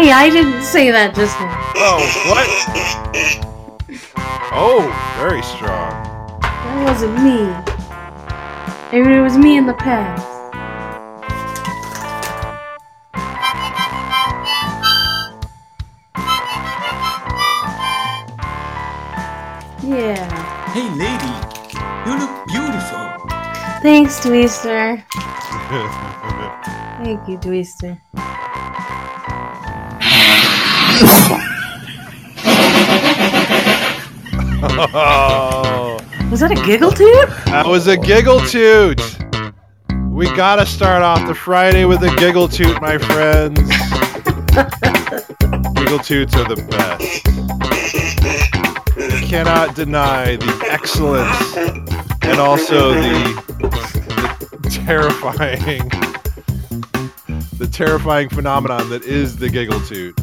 Hey, I didn't say that just now. Oh, what? Oh, very strong. That wasn't me. Maybe it was me in the past. Yeah. Hey, lady, you look beautiful. Thanks, Dweester. Thank you, Dweester. oh, Was that a giggle toot? that was a giggle toot. We gotta start off the Friday with a giggle toot, my friends. giggle toots are the best. You cannot deny the excellence and also the, the terrifying, the terrifying phenomenon that is the giggle toot.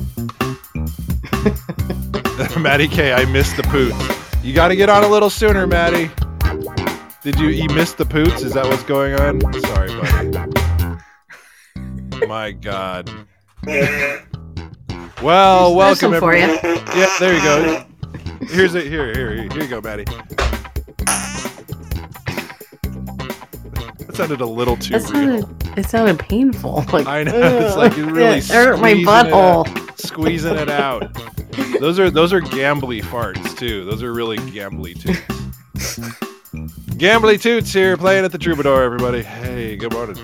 Maddie K, I missed the poots. You got to get on a little sooner, Maddie. Did you you missed the poots? Is that what's going on? Sorry, buddy. My God. Well, There's welcome some for everyone. you. Yeah, there you go. Here's it. Here, here, here you go, Maddie. That sounded a little too That real. sounded, it sounded painful. Like, I know. It's like it really it hurt my squeezing it out. butthole. squeezing it out. Those are those are gambly farts too. Those are really gambly toots. gambly toots here playing at the Troubadour, everybody. Hey, good morning.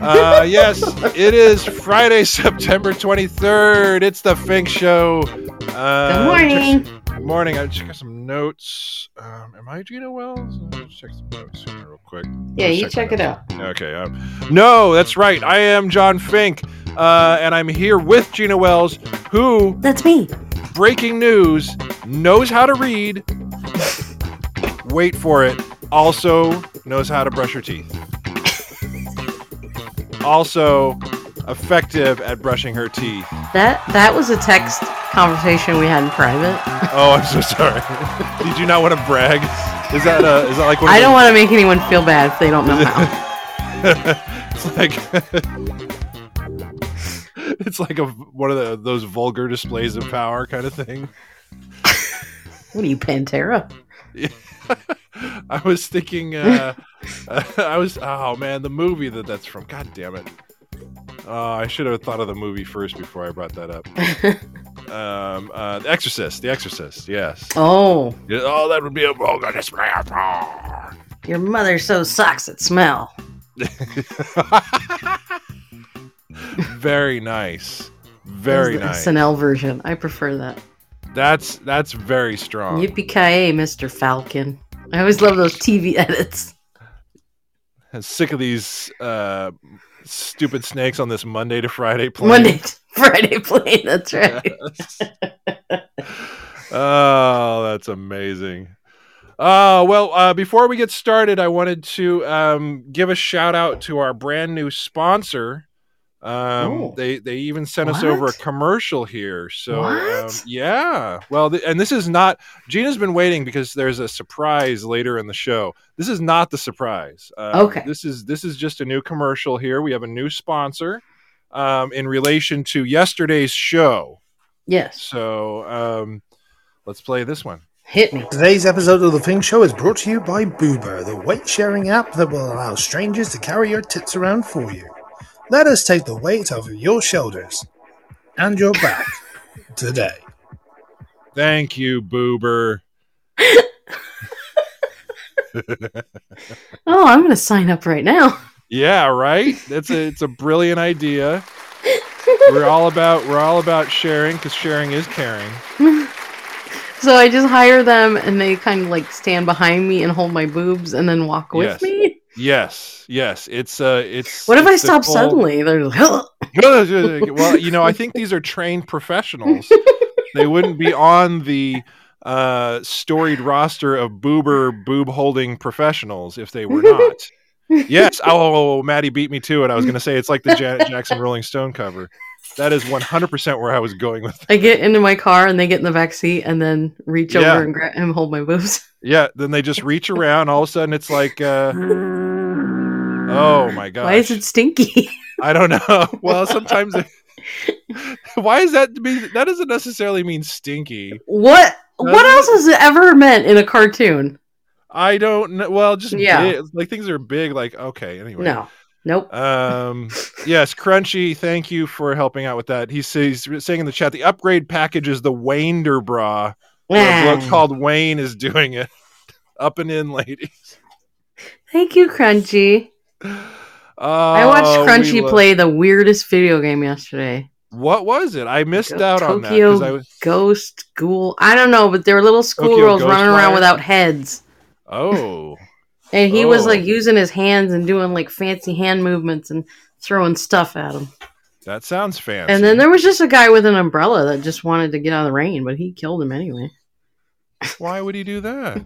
Uh, yes, it is Friday, September twenty third. It's the Fink Show. Uh, Good morning. just- morning. I'm checking some notes. Um, am I Gina Wells? Let me check some notes here real quick. yeah, you Check check it it out. Okay. Um, no, that's right. I am John Fink, uh, and I'm here with Gina Wells, who, That's me. breaking news, knows how to read. Wait for it. Also knows how to brush her teeth. Also effective at brushing her teeth. That that was a text conversation we had in private. Oh, I'm so sorry. Did you not want to brag? Is that uh, is that like one of I those- don't want to make anyone feel bad if they don't know how. it's like it's like a one of the, those vulgar displays of power kind of thing. What are you, Pantera? I was thinking, uh, I was oh man, the movie that that's from. God damn it! Uh, I should have thought of the movie first before I brought that up. Um, uh, the Exorcist, The Exorcist, yes. oh, Yeah, Oh, that would be a vulgar display of power. your mother so sucks at smell. Very nice, That was very the nice. SNL version. I prefer that. That's that's very strong. Yippee ki Mr. Falcon. I always love those TV edits. I'm sick of these uh, stupid snakes on this Monday to Friday plane. Monday, to Friday plane. That's right. oh, that's amazing. Uh, well, uh, before we get started, I wanted to um, give a shout out to our brand new sponsor. Um, Oh. they they even sent us over a What? commercial here. So um, What? yeah, well, th- and this is not Gina's been waiting because there's a surprise later in the show. This is not the surprise. Um, Okay. this is this is just a new commercial here. We have a new sponsor um, in relation to yesterday's show. Yes. So um, let's play this one. Hit me. Today's episode of The Fing Show is brought to you by Boober, the weight sharing app that will allow strangers to carry your tits around for you. Let us take the weight off of your shoulders and your back today. Thank you, Boober. Oh, I'm gonna sign up right now. Yeah, right. That's a it's a brilliant idea. We're all about we're all about sharing because sharing is caring. So I just hire them, and they kind of like stand behind me and hold my boobs, and then walk with Yes. me. Yes, yes. It's uh, it's. What if I it's the stop full- suddenly? They're like, "Huh." well, you know, I think these are trained professionals. they wouldn't be on the uh, storied roster of boober boob holding professionals if they were not. yes. Oh, Maddie beat me to it. I was going to say it's like the Janet Jackson Rolling Stone cover. That is 100% where I was going with it. I get into my car and they get in the back seat and then reach Yeah. over and grab and hold my boobs. Yeah. Then they just reach around. All of a sudden, it's like, uh, oh my gosh. Why is it stinky? I don't know. well, sometimes. It- Why is that mean? That doesn't necessarily mean stinky. What? What else has it ever meant in a cartoon? I don't know. Well, just Yeah. big- like things are big. Like okay, anyway. No. Nope. Um. yes, Crunchy. Thank you for helping out with that. He says he's saying in the chat the upgrade package is the Wander bra. A Ah. bloke called Wayne is doing it. Up and in, lady. Thank you, Crunchy. I I watched Crunchy play the weirdest video game yesterday. What was it? I missed Go- out on that Tokyo because I was. Ghost Ghoul. I don't know, but there were little schoolgirls Ghostwire? running around without heads. Oh, And he was Oh. like using his hands and doing like fancy hand movements and throwing stuff at him. that sounds fancy. And then there was just a guy with an umbrella that just wanted to get out of the rain, but he killed him anyway. Why would he do that?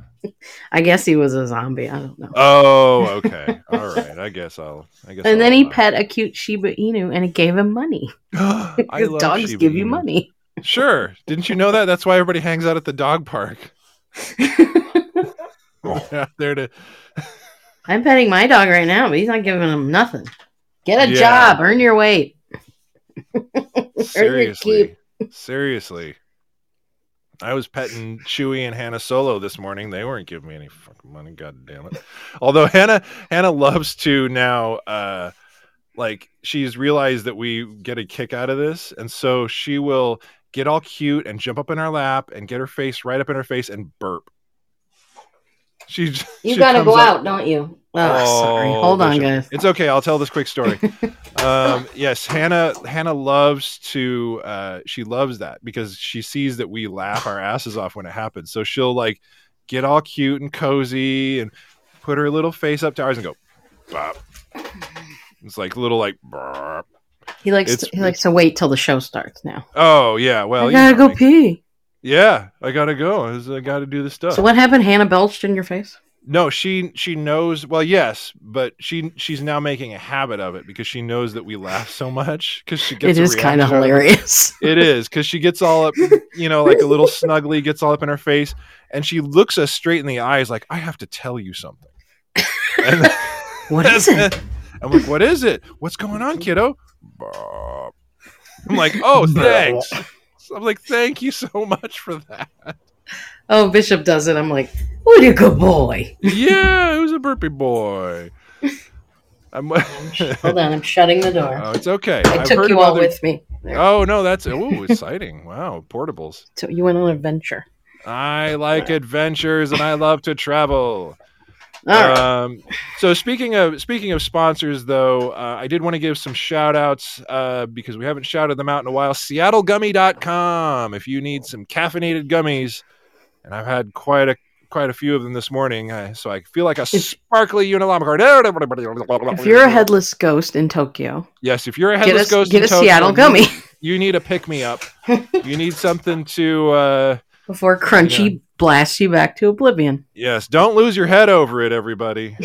I guess he was a zombie. I don't know. Oh, okay. All right. I guess I'll. I guess. I'll and then he allow it. pet a cute Shiba Inu and it gave him money. I Because love dogs Shiba give you Inu. money. Sure. Didn't you know that? That's why everybody hangs out at the dog park. They're out there to. I'm petting my dog right now, but he's not giving him nothing. Get a Yeah. job, earn your weight. Seriously. Seriously. I was petting Chewy and Hannah Solo this morning. They weren't giving me any fucking money. God damn it. Although Hannah Hannah loves to now uh like she's realized that we get a kick out of this. And so she will get all cute and jump up in our lap and get her face right up in her face and burp. She j- You she gotta comes go up- out, don't you? Oh, sorry. Oh, Hold on, Bishop. guys. It's okay. I'll tell this quick story. um, yes, Hannah. Hannah loves to. Uh, she loves that because she sees that we laugh our asses off when it happens. So she'll like get all cute and cozy and put her little face up to ours and go. Bop. It's like little like. "Burp." He likes to, it's- he likes to wait till the show starts now. Oh yeah. Well, I you gotta go know me. pee. yeah, I gotta go. I was- I gotta do the stuff. So what happened? Hannah belched in your face. No, she she knows. Well, yes, but she she's now making a habit of it because she knows that we laugh so much because she gets. It a is kind of reaction out it. hilarious. It is because she gets all up, you know, like a little snuggly gets all up in her face, and she looks us straight in the eyes, like I have to tell you something. And, What is it? I'm like, what is it? What's going on, kiddo? Bop. I'm like, oh, thanks. So I'm like, thank you so much for that. Oh, Bishop does it. I'm like, what a good boy. Yeah, who's a burpee boy? I'm. Hold on, I'm shutting the door. Oh, it's okay. I I've took heard you of all other- with me. There. Oh no, that's ooh, exciting! Wow, portables. So you went on an adventure. I like adventures and I love to travel. All right. Um, so speaking of speaking of sponsors, though, uh, I did want to give some shout outs uh, because we haven't shouted them out in a while. SeattleGummy.com. If you need some caffeinated gummies, and I've had quite a quite a few of them this morning, uh, so I feel like a sparkly Unilama card. If you're a headless ghost in Tokyo, yes, if you're a get headless a, ghost, get in a Tokyo, Seattle gummy You need a pick me up. you need something to. Uh, before Crunchy blasts you back to oblivion. Yes, don't lose your head over it, everybody.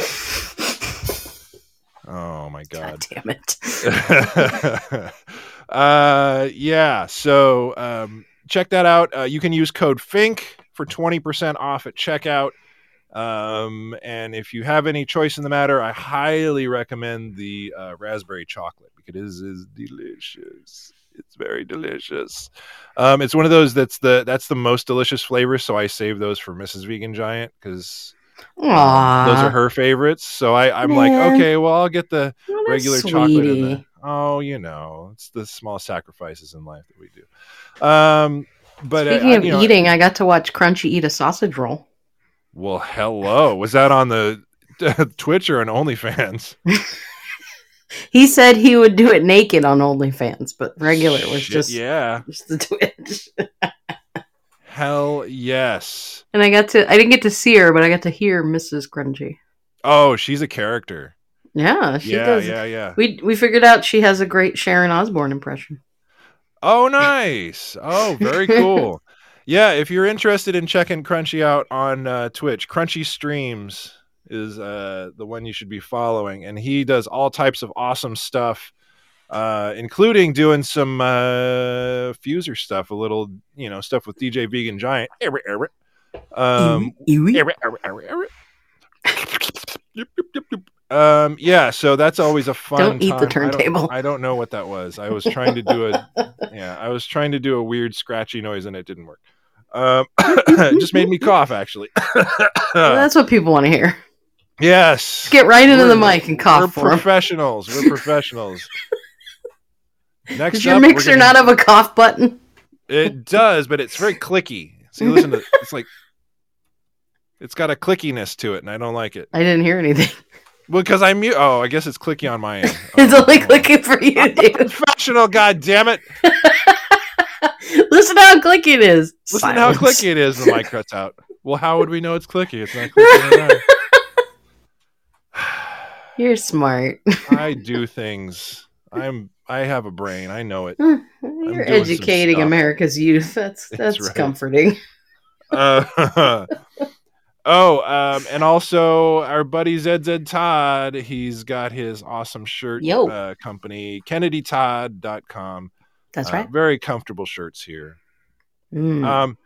oh my God god. damn it. uh, yeah, so um, check that out. Uh, you can use code FINK for twenty percent off at checkout. Um, and if you have any choice in the matter, I highly recommend the uh, raspberry chocolate because it is, is delicious. It's very delicious. Um, it's one of those that's the that's the most delicious flavor. So I save those for Mrs. Vegan Giant because Aww. those are her favorites. So I, I'm like, Man. okay, well, I'll get the Oh, that's regular chocolate. In sweetie. the, oh, you know, it's the small sacrifices in life that we do. Um, but uh, Speaking I- of you know, eating, I got to watch Crunchy eat a sausage roll. well, hello, was that on the Twitch or on OnlyFans? He said he would do it naked on OnlyFans, but regular was Shit, just yeah, just the Twitch. hell yes. And I got to I didn't get to see her, but I got to hear Mrs. Crunchy. Oh, she's a character. Yeah, she yeah, does. yeah, yeah. We we figured out she has a great Sharon Osbourne impression. Oh, nice. Oh, very cool. yeah, if you're interested in checking Crunchy out on uh, Twitch, Crunchy Streams is uh, the one you should be following, and he does all types of awesome stuff, uh, including doing some uh, fuser stuff, a little you know stuff with DJ Vegan Giant. Err, err, err. Um, Ew, ew. err, err, err, err. Yep, yep, yep, yep. Um, yeah, so that's always a fun. Don't eat the time. I don't- turntable. I don't, know what that was. I was trying to do a, yeah, I was trying to do a weird scratchy noise and it didn't work. Um, it just made me cough actually. That's what people want to hear. yes, Get right into the We're- mic and we're cough for 'em. professionals. We're professionals. Next Does your up, we're mixer gonna- not have a cough button? It does, but it's very clicky. See, listen to it's like it's got a clickiness to it, and I don't like it. I didn't hear anything. Well, because I mute. Oh, I guess it's clicky on my end. It's Oh, only well. clicking for you, dude. Professional, god damn it! Listen how clicky it is. Listen to how Silence. clicky it is. The mic cuts out. Well, how would we know it's clicky? It's not clicky. at You're smart. all. I do things. I'm. I have a brain. I know it. You're doing some educating stuff. America's youth. That's that's, That's right. comforting. Uh, oh, um, and also our buddy ZZ Todd, he's got his awesome shirt Yo. Uh, company, KennedyTodd.com. That's Uh, right. Very comfortable shirts here. Mm, Um,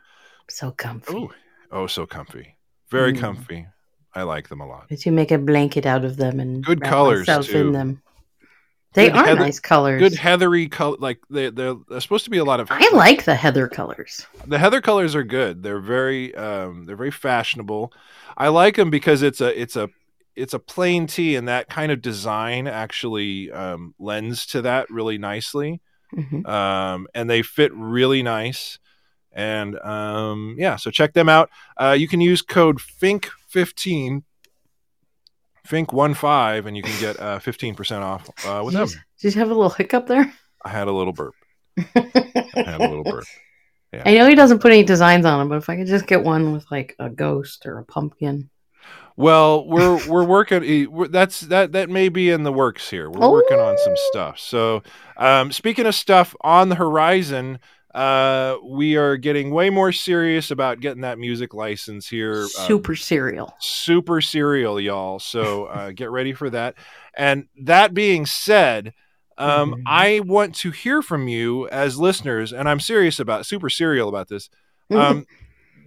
so comfy. ooh, oh, so comfy. Very Mm. comfy. I like them a lot. But you make a blanket out of them and Good wrap colors, myself too. in them. They Good are heather- nice colors. Good heathery color. Like they, they're, there's supposed to be a lot of. I like the heather colors. the heather colors are good. They're very um, they're very fashionable. I like them because it's a it's a it's a plain tee, and that kind of design actually um, lends to that really nicely. Mhm. Um, and they fit really nice. And um, yeah, so check them out. Uh, you can use code Fink fifteen. Fink one five, and you can get fifteen percent off uh, with Did you them. just- Did you have a little hiccup there? I had a little burp. I had a little burp. Yeah. I know he doesn't put any designs on them, but if I could just get one with like a ghost or a pumpkin. Well, we're we're working. eh, We're, that's that that may be in the works here. We're working on some stuff. So, um, speaking of stuff on the horizon, uh, we are getting way more serious about getting that music license here. uh, Super cereal. super serial, y'all. So uh, get ready for that. And that being said, um, Mhm. I want to hear from you as listeners, and I'm serious about super serial about this um,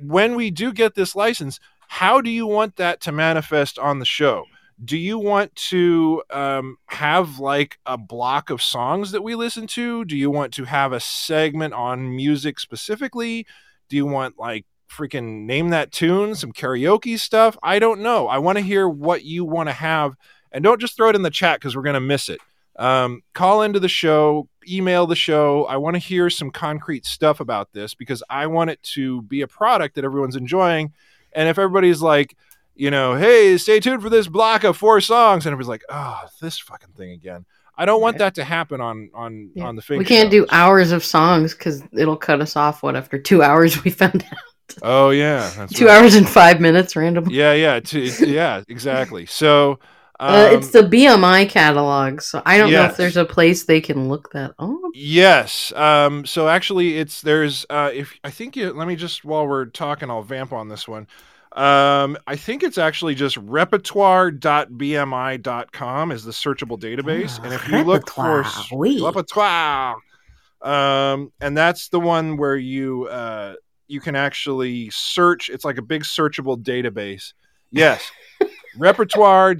when we do get this license, how do you want that to manifest on the show? Do you want to um, have like a block of songs that we listen to? Do you want to have a segment on music specifically? Do you want like freaking name that tune, some karaoke stuff? I don't know. I want to hear what you want to have. And don't just throw it in the chat because we're going to miss it um, call into the show, email the show. I want to hear some concrete stuff about this because I want it to be a product that everyone's enjoying. And if everybody's like, you know, hey, stay tuned for this block of four songs, and everybody's like, oh, this fucking thing again. I don't want Right. that to happen on on Yeah. on the we Fink can't show. do hours of songs because it'll cut us off. What after two hours we found out? Oh yeah, that's two right. hours and five minutes random. Yeah, yeah, two, yeah, exactly. So um, uh, it's the BMI catalog, so I don't know Yes. if there's a place they can look that up. Yes. Um, so actually, it's there's uh, if I think you let me just while we're talking, I'll vamp on this one. Um, I think it's actually just repertoire.bmi.com is the searchable database, and if you look for s- Repertoire, oui. repertoire, um, and that's the one where you uh, you can actually search. It's like a big searchable database. Yes.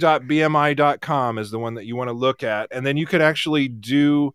repertoire.bmi.com is the one that you want to look at and then you can actually do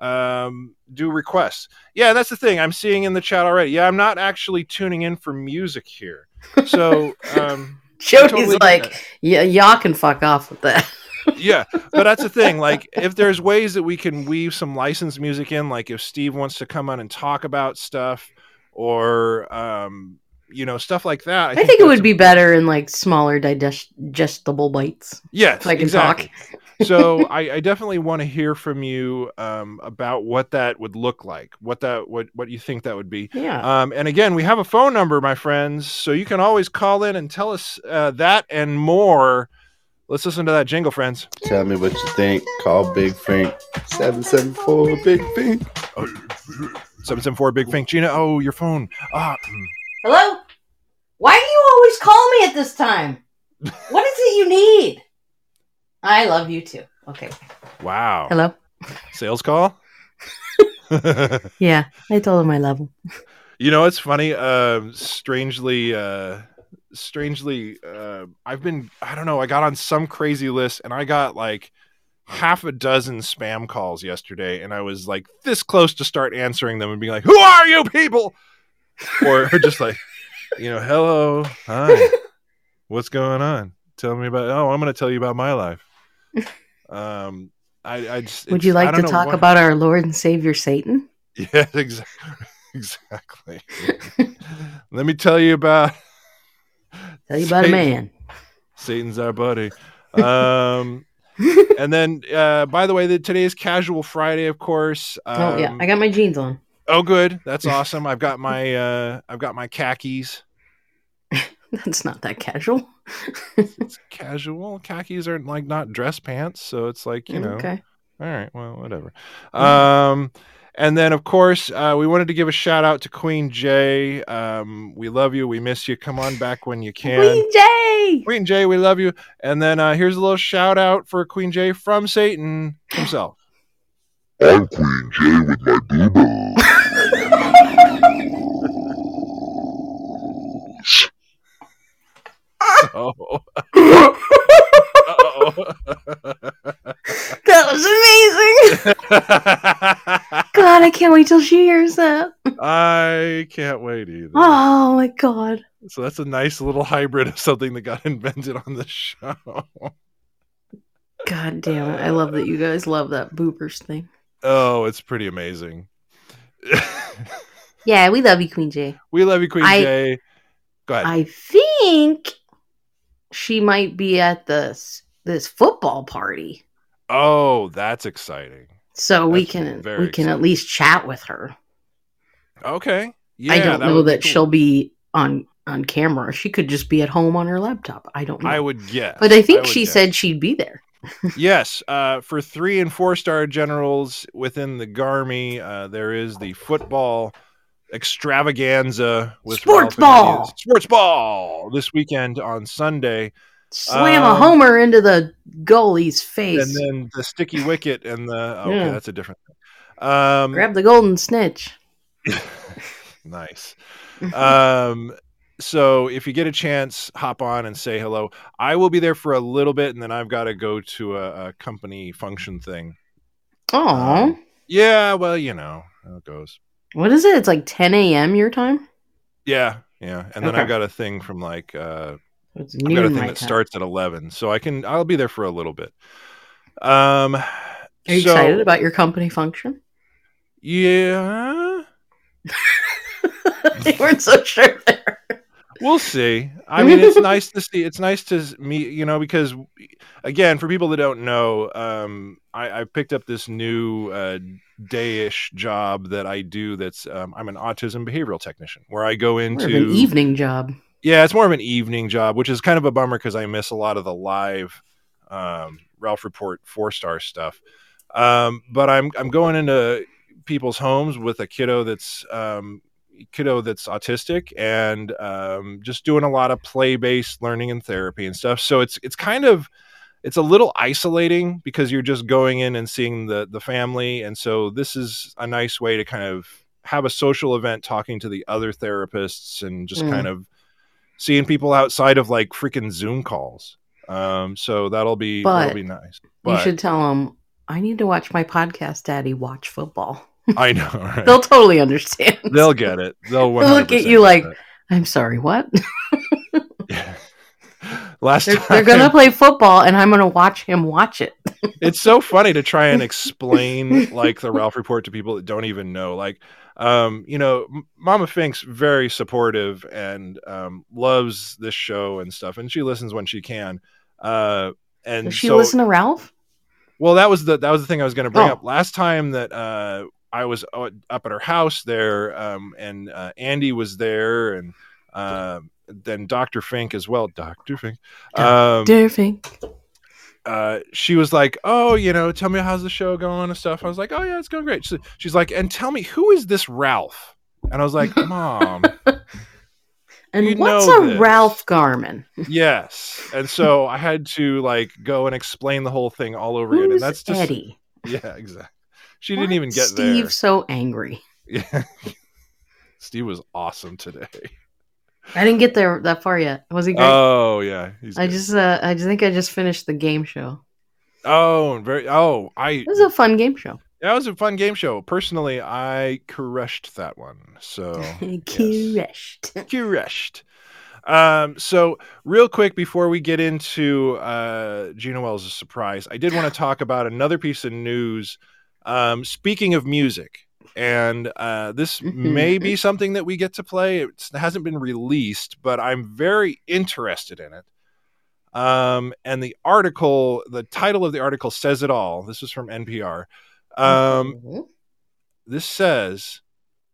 um, do requests. Yeah, that's the thing I'm seeing in the chat already. Yeah, I'm not actually tuning in for music here. So, um, Jody's totally get like, that. yeah, y'all can fuck off with that. yeah, but that's the thing. Like, if there's ways that we can weave some licensed music in, like if Steve wants to come on and talk about stuff or, um, you know, stuff like that. I, think it that's would be better in like smaller digest- digestible bites. Yes, If I can talk. so I, I definitely want to hear from you um, about what that would look like, what that what what you think that would be. Yeah. Um, and again, we have a phone number, my friends, so you can always call in and tell us uh, that and more. Let's listen to that jingle, friends. Tell me what you think. Call Big Fink. 774 Big Fink. 774 Big Fink. Gina, oh, your phone. Ah, Hello? Why do you always call me at this time? What is it you need? I love you too. Okay. wow. Hello? Sales call? Yeah, I told him I love him. you know, it's funny. Um, strangely, uh, strangely uh, I've been I don't know I got on some crazy list and I got like half a dozen spam calls yesterday and I was like this close to start answering them and being like who are you people or, or just like you know hello hi what's going on tell me about oh I'm going to tell you about my life um I, I just Would it's- you I like don't to know talk what- about our Lord and Savior Satan? yeah exactly exactly let me tell you about Tell you about a Satan. man. Satan's our buddy. Um, and then, uh, by the way, that today is Casual Friday, of course. Um, oh yeah, I got my jeans on. oh, good. That's awesome. I've got my uh, I've got my khakis. That's not that casual. It's casual. Khakis aren't like not dress pants, so it's like you know. Okay. All right. Well, whatever. Um, and then, of course, uh, we wanted to give a shout out to Queen Jay. Um, we love you. We miss you. Come on back when you can. Queen Jay. Queen Jay, we love you. And then uh, here's a little shout out for Queen Jay from Satan himself. I'm Queen Jay with my boo boo. Oh, That was amazing. God, I can't wait till she hears that. I can't wait either. Oh my god. So that's a nice little hybrid of something that got invented on the show. God damn it. I love that you guys love that boobers thing. Oh, it's pretty amazing. Yeah, we love you, Queen Jay. we love you, Queen I- Jay. Go ahead. I think she might be at this this football party. oh, that's exciting. So we That's can very we can at least chat with her. Okay. Yeah, I don't that know would be that cool. she'll be on on camera. She could just be at home on her laptop. I don't know. I would guess. but I think would she guess. said she'd be there. yes, uh, for three and four star generals within the Garmy, uh, there is the football extravaganza with Sports Ralph and ball. Ian- sports ball this weekend on Sunday, Slam a Um, homer into the goalie's face. and then the sticky wicket and the okay, Yeah. that's a different thing. Um, Grab the golden snitch. nice. Um, so if you get a chance, hop on and say hello. I will be there for a little bit, and then I've got to go to a, a company function thing. Oh, Yeah, well, you know how it goes. what is it? It's like 10 a.m. your time. Yeah, yeah. And then Okay. I've got a thing from like uh It's I've got a noon thing my that time. starts at eleven. So I can I'll be there for a little bit. Um Are you so- excited about your company function? Yeah. they weren't so sure there. We'll see. I mean it's nice to see it's nice to s- meet, you know, because again, for people that don't know, um I, I picked up this new uh dayish job that I do that's um I'm an autism behavioral technician where I go More into of an evening job. yeah it's more of an evening job which is kind of a bummer because i miss a lot of the live um, ralph report four star stuff um, but i'm i'm going into people's homes with a kiddo that's um, kiddo that's autistic and um, just doing a lot of play based learning and therapy and stuff so it's it's kind of it's a little isolating because you're just going in and seeing the the family and so this is a nice way to kind of have a social event talking to the other therapists and just Mm. kind of seeing people outside of like freaking zoom calls um so that'll be But that'll be nice you but should tell them, I need to watch my podcast, Daddy, watch football. i know right? They'll totally understand. they'll get it they'll look at you 100% get like, it. I'm sorry, what? Yeah. last They're, time they're going to play football and I'm going to watch him watch it. it's so funny to try and explain like the Ralph report to people that don't even know. Like, um, you know, M- Mama Fink's very supportive and um, loves this show and stuff, and she listens when she can. Uh, and Does she so, listen to Ralph? well, that was the that was the thing I was going to bring Oh. up last time that uh, I was o- up at her house there, um, and uh, Andy was there, and uh, then Doctor Fink as well, Doctor Fink. Um, Derfing. uh, she was like, "Oh, you know, tell me how's the show going and stuff." I was like, "Oh yeah, it's going great." She, she's like, "And tell me who is this Ralph?" And I was like, "Mom, And You what's know a this. Ralph Garman? yes." And so I had to like go and explain the whole thing all over again. Who's And that's just Eddie? yeah, exactly. She didn't Why even is get Steve there. so angry. Yeah. Steve was awesome today. I didn't get there that far yet. Was he great? Oh yeah, he's I good. just, uh, I just think I just finished the game show. oh and very oh I It was a fun game show. that was a fun game show. Personally, I crushed that one. So Crushed. crushed. Um, so real quick before we get into uh, Gina Wells' surprise, I did want to talk about another piece of news. Um, speaking of music, and uh, this may be something that we get to play. It's, it hasn't been released, but I'm very interested in it. Um, and the article, the title of the article says it all. This is from NPR. Um, this says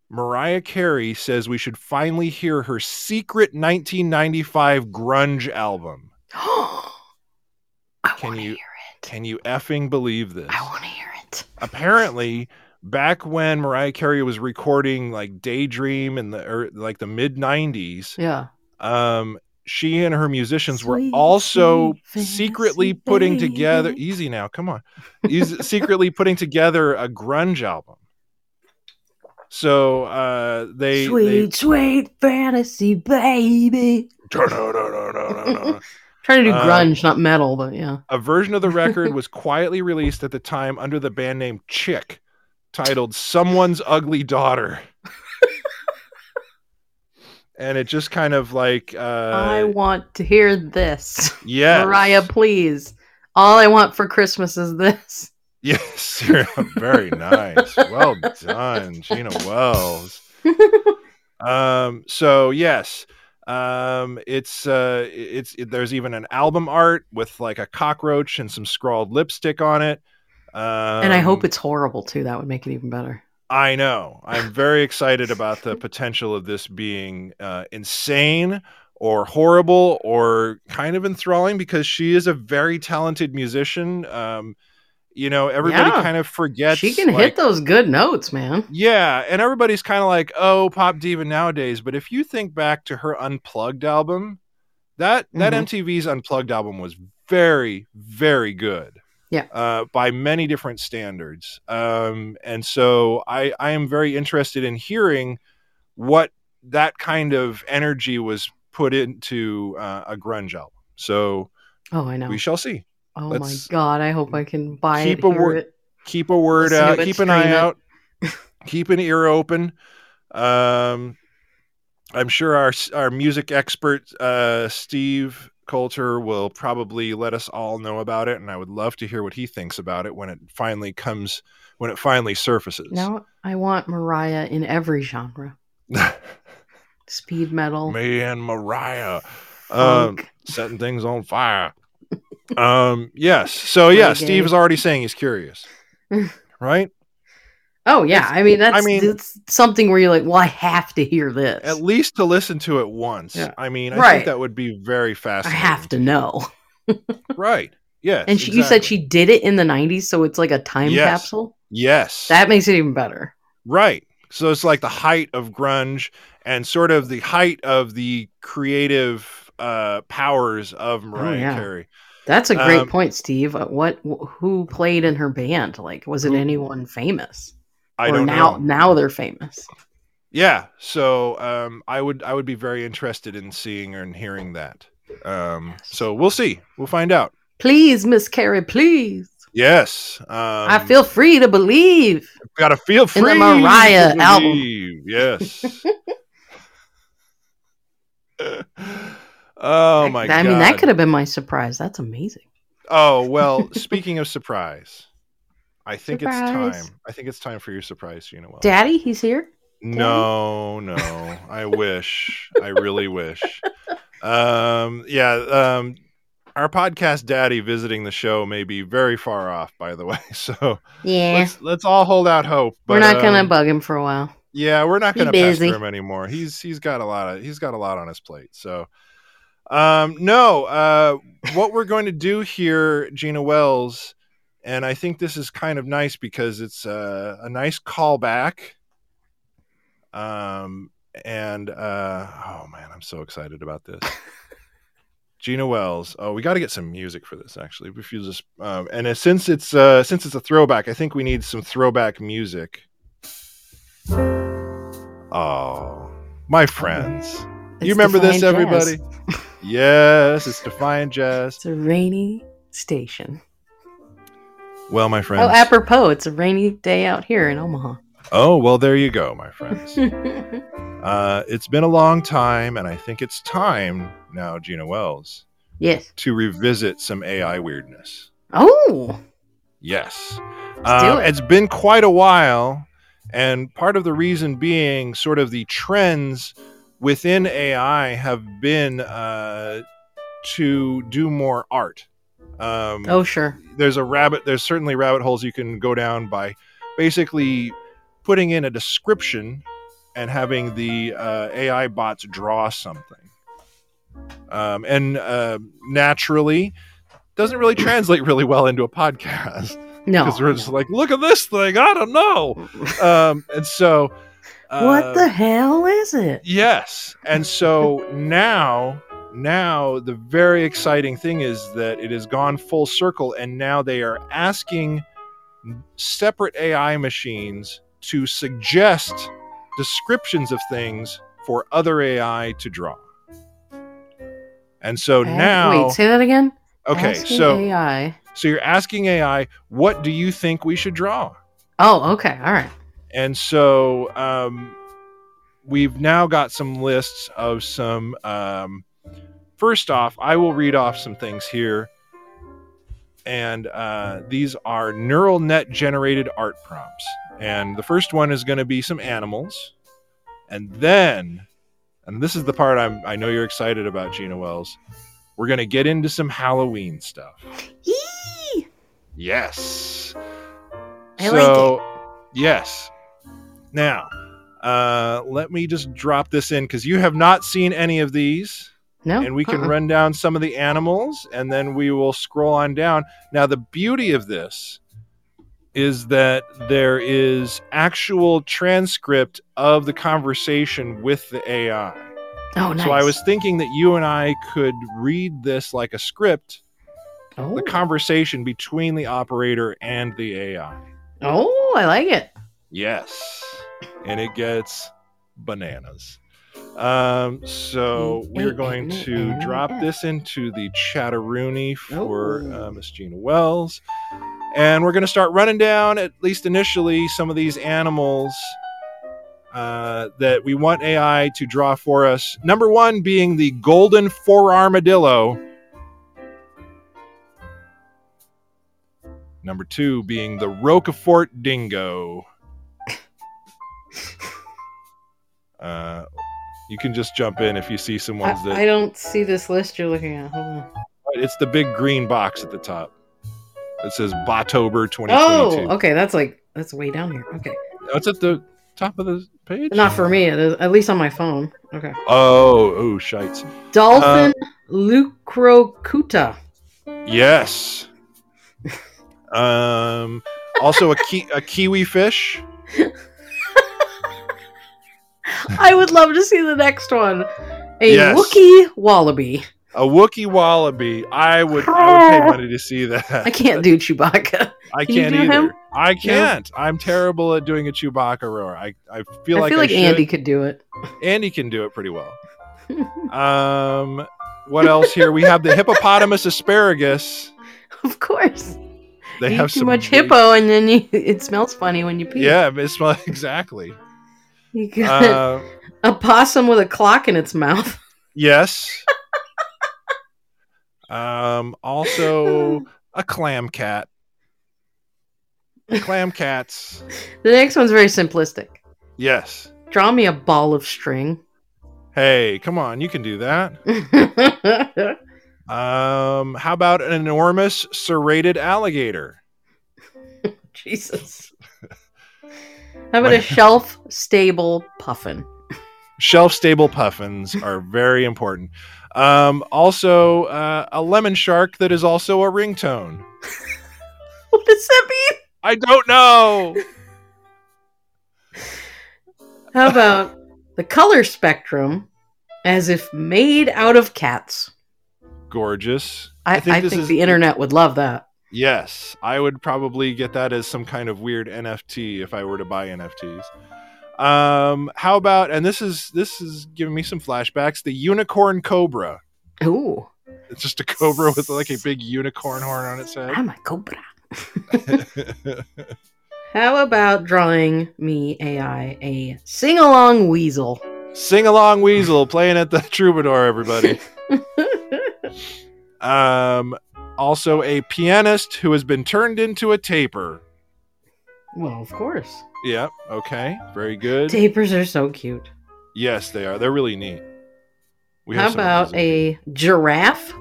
Mariah Carey says we should finally hear her secret 1995 grunge album. I Can want to you- hear it. Can you effing believe this? I want to hear it. Apparently, back when Mariah Carey was recording like Daydream in the or like the mid 90s, Yeah. um she and her musicians Sweet, were also sweet secretly fantasy, putting together baby. easy now come on Eas- secretly putting together a grunge album so uh they, they sweet, sweet fantasy, baby. Trying to do Uh, grunge, not metal, but yeah. A version of the record was quietly released at the time under the band name Chick, titled Someone's Ugly Daughter. and it just kind of like uh I want to hear this. yes. Mariah, please. All I want for Christmas is this. Yes, you're- very nice. Well done, Gina Wells. Um, so yes, um, it's uh, it's it, there's even an album art with like a cockroach and some scrawled lipstick on it. Um, and I hope it's horrible too. That would make it even better. I know. I'm very excited about the potential of this being uh, insane or horrible or kind of enthralling because she is a very talented musician. Um, you know, everybody Yeah. kind of forgets. she can hit like- those good notes, man. Yeah, and everybody's kind of like, "Oh, pop diva nowadays." But if you think back to her Unplugged album, that that Mhm. MTV's Unplugged album was very, very good. Yeah. uh, by many different standards. Um, and so I I am very interested in hearing what that kind of energy was put into uh, a grunge album. So Oh, I know. we shall see. oh my let's god, I hope I can buy keep it. a hear word- it. keep a word Listen to out it, keep an stream eye it. out keep an ear open um i'm sure our our music expert uh steve coulter will probably let us all know about it and i would love to hear what he thinks about it when it finally comes when it finally surfaces Now I want Mariah in every genre. Speed metal. me and mariah um funk. setting things on fire um yes so yeah Reggae. steve's already saying he's curious right oh yeah. I mean that's mean- that's something where you're like, well, I have to hear this. at least to listen to it once. Yeah. I mean, I think Right. that would be very I fascinating. have to know. Right. Yes. And she, you said exactly. she did it in the 90s, so it's like a time Yes. capsule. Yes. That makes it even better. right. So it's like the height of grunge and sort of the height of the creative uh powers of Mariah Oh, yeah. Carey. That's a great Um, point, Steve. Uh, What wh- who played in her band? Like was it Who- anyone famous? I or don't now know. now they're famous. Yeah. So um I would I would be very interested in seeing her and hearing that. Um Yes. so we'll see. We'll find out. Please, Miss Carey, please. Yes. Um I feel free to believe. gotta feel free. the to Mariah album. believe. Yes. oh my I god. mean, that could have been my surprise. That's amazing. Oh well, speaking of surprise, I think Surprise. it's time. I think it's time for your surprise, Gina. Well, Daddy, he's here. no, no. I wish. I really wish. Um, yeah. Um, our podcast daddy visiting the show may be very far off, by the way. So Yeah. let's let's all hold out hope. We're not gonna um, bug him for a while. Yeah, we're not He going to pester busy. him anymore. He's he's got a lot of he's got a lot on his plate. So, um, no, uh, what we're going to do here, Gina Wells, and I think this is kind of nice because it's uh, a nice callback. Um, and uh, oh man, I'm so excited about this. Gina Wells. Oh, we got to get some music for this actually. If you just um, and uh, since it's uh, since it's a throwback, I think we need some throwback music. Oh, my friends, It's you remember this, Defiant Jazz. everybody? yes, it's Defiant Jazz. It's a rainy station. Well, my friends. Oh, apropos, it's a rainy day out here in Omaha. oh, well, there you go, my friends. uh, it's been a long time, and I think it's time now, Gina Wells, yes. to revisit some AI weirdness. Oh, Yes. Let's do Uh, it. it's been quite a while. And part of the reason being sort of the trends within AI have been uh, to do more art. Um, oh, sure. There's a rabbit, there's certainly rabbit holes you can go down by basically putting in a description and having the uh, AI bots draw something. Um, and uh, naturally, doesn't really translate really well into a podcast No. because we're just like, look at this thing. I don't know. Um, and so, uh, what the hell is it? Yes, and so now, now the very exciting thing is that it has gone full circle, and now they are asking separate AI machines to suggest descriptions of things for other AI to draw. And so Ask- Oh, now, wait, say that again. okay, Asking so AI. so you're asking AI, what do you think we should draw? Oh, okay, all right. And so um, we've now got some lists of some. Um, first off, I will read off some things here. And uh, these are neural net generated art prompts. And the first one is going to be some animals. And then, and this is the part I'm, I know you're excited about, Gina Wells, we're going to get into some Halloween stuff. Eee! Yes. I like so, yes. Now, uh, let me just drop this in because you have not seen any of these, No, and we can uh-uh. run down some of the animals, and then we will scroll on down. Now, the beauty of this is that there is actual transcript of the conversation with the AI. Oh, nice. So I was thinking that you and I could read this like a script Oh, the conversation between the operator and the AI. oh I like it. Yes. And it gets bananas. Um, so we're going to drop this into the chatteroonie for uh, Miss Gina Wells. And we're going to start running down, at least initially, some of these animals uh, that we want AI to draw for us. Number one being the golden four armadillo. Number two being the Roquefort dingo. Uh, you can just jump in if you see some I, ones that I don't see this list you're looking at. Hold on. it's the big green box at the top. It says Botober 2022. Oh, okay, that's like that's way down here. Okay, That's at the top of the page. not for me. It is at least on my phone. Okay, Oh, oh, shites. dolphin Uh, lucrocuta. Yes. um. Also, a ki- a kiwi fish. I would love to see the next one. A Yes. Wookiee wallaby. A Wookie wallaby. I would, I would pay money to see that. I can't do Chewbacca. I Can you can't do either. him? I can't. I'm terrible at doing a Chewbacca roar. I, I feel I like feel I like should. Andy could do it. Andy can do it pretty well. um, what else here? We have the hippopotamus asparagus. Of course. They you have eat too some much big- hippo, and then you, it smells funny when you pee. Yeah, it's well, exactly. You got Uh, a possum with a clock in its mouth. yes. Um, also a clam cat. Clam cats. The next one's very simplistic. Yes. Draw me a ball of string. Hey, come on, you can do that. oh, Um, how about an enormous serrated alligator? Jesus. How about a shelf stable puffin? Shelf stable puffins are very important. Um, also, uh, a lemon shark that is also a ringtone. What does that mean? I don't know. How about the color spectrum as if made out of cats? Gorgeous. I, I think, the internet would love that. Yes, I would probably get that as some kind of weird NFT if I were to buy NFTs. Um, how about and this is this is giving me some flashbacks. The unicorn cobra. Ooh, It's just a cobra with like a big unicorn horn on its head. I'm a cobra. How about drawing me AI a sing along weasel? Sing along weasel playing at the troubadour, everybody. um, also a pianist who has been turned into a taper. well, of course. Yeah. Okay. Very good. Tapers are so cute. yes, they are. They're really neat. We How some of about those in- a giraffe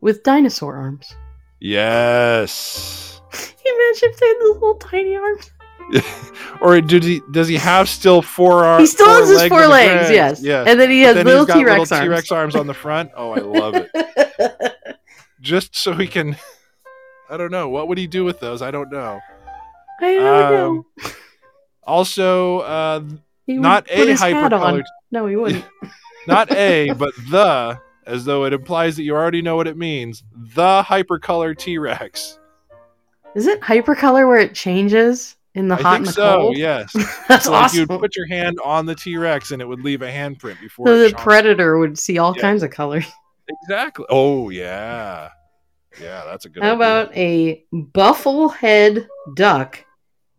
with dinosaur arms? yes? Imagine if they had those little tiny arms. Or does he does he have still four arms? he still has his four legs, yes. Yes. And then he But has then little he's got T Rex little arms. T-Rex arms on the front. Oh, I love it. Just so he can. I don't know what would he do with those. I don't know. I don't know. Um, Also, uh, He would not put a his hat on. hypercolored, No, he wouldn't. not a, but the, as though it implies that you already know what it means. The hypercolor T-Rex. Is it hypercolor where it changes in the hot I think and the so. cold? Yes. That's So, like awesome. you'd put your hand on the T-Rex and it would leave a handprint before. so it the shone. predator would see all Yeah. kinds of colors. Exactly. Oh yeah, yeah. That's a good. How idea. about a bufflehead duck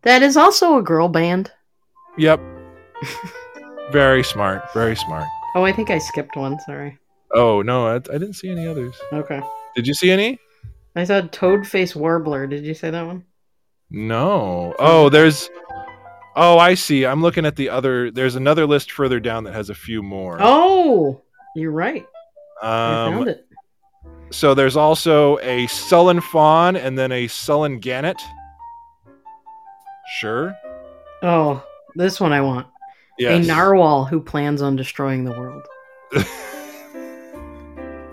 that is also a girl band? Yep. very smart. Very smart. Oh, I think I skipped one. Sorry. Oh no, I, I didn't see any others. Okay. Did you see any? I saw Toadface Warbler. Did you say that one? No. Oh, there's. Oh, I see. I'm looking at the other. There's another list further down that has a few more. Oh, you're right. I um, found it. so there's also a sullen fawn and then a sullen gannet. Sure. Oh, this one I want. Yes. A narwhal who plans on destroying the world.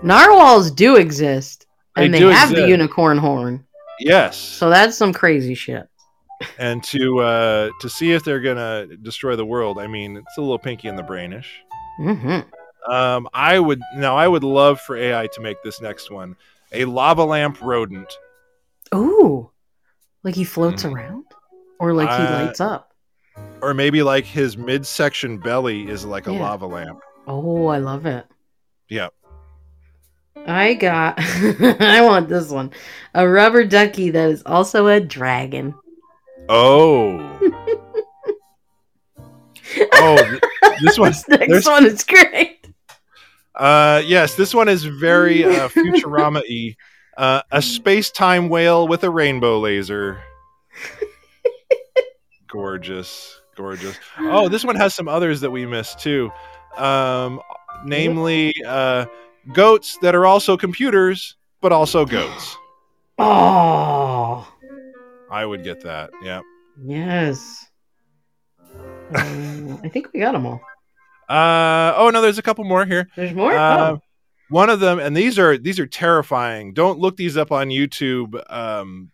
Narwhals do exist, They and they, do have the exist. unicorn horn. yes. So that's some crazy shit. and to uh, to see if they're gonna destroy the world. I mean, it's a little pinky in the brainish. hmm Um, I would now. I would love for AI to make this next one a lava lamp rodent. Ooh, like he floats Mm. around, or like he Uh, lights up. or maybe like his midsection belly is like a Yeah. lava lamp. Oh, I love it. Yeah. I got. I want this one. A rubber ducky that is also a dragon. Oh. oh, th- this one. This next there's- one is great. Uh, yes, this one is very uh, Futurama y. Uh, a space time whale with a rainbow laser. gorgeous. Gorgeous. Oh, this one has some others that we missed too. Um, namely, uh, goats that are also computers, but also goats. Oh, I would get that. Yeah. yes. Um, I think we got them all. Uh oh no, there's a couple more here. There's more. Uh, oh. one of them, and these are these are terrifying. Don't look these up on YouTube um,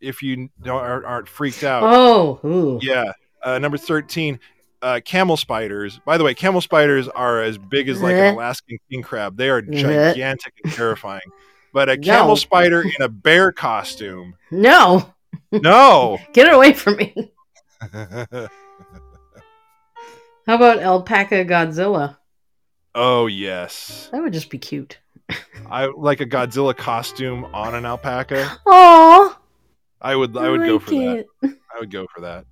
if you don't aren't, aren't freaked out. Oh, ooh. Yeah, uh, number thirteen, uh, camel spiders. By the way, camel spiders are as big as like Blech. an Alaskan king crab. They are Blech. gigantic and terrifying. But a camel No. spider in a bear costume. No, No. get it away from me. How about alpaca Godzilla? oh yes, That would just be cute. I like a Godzilla costume on an alpaca. Oh, I would I would go for that. I would go for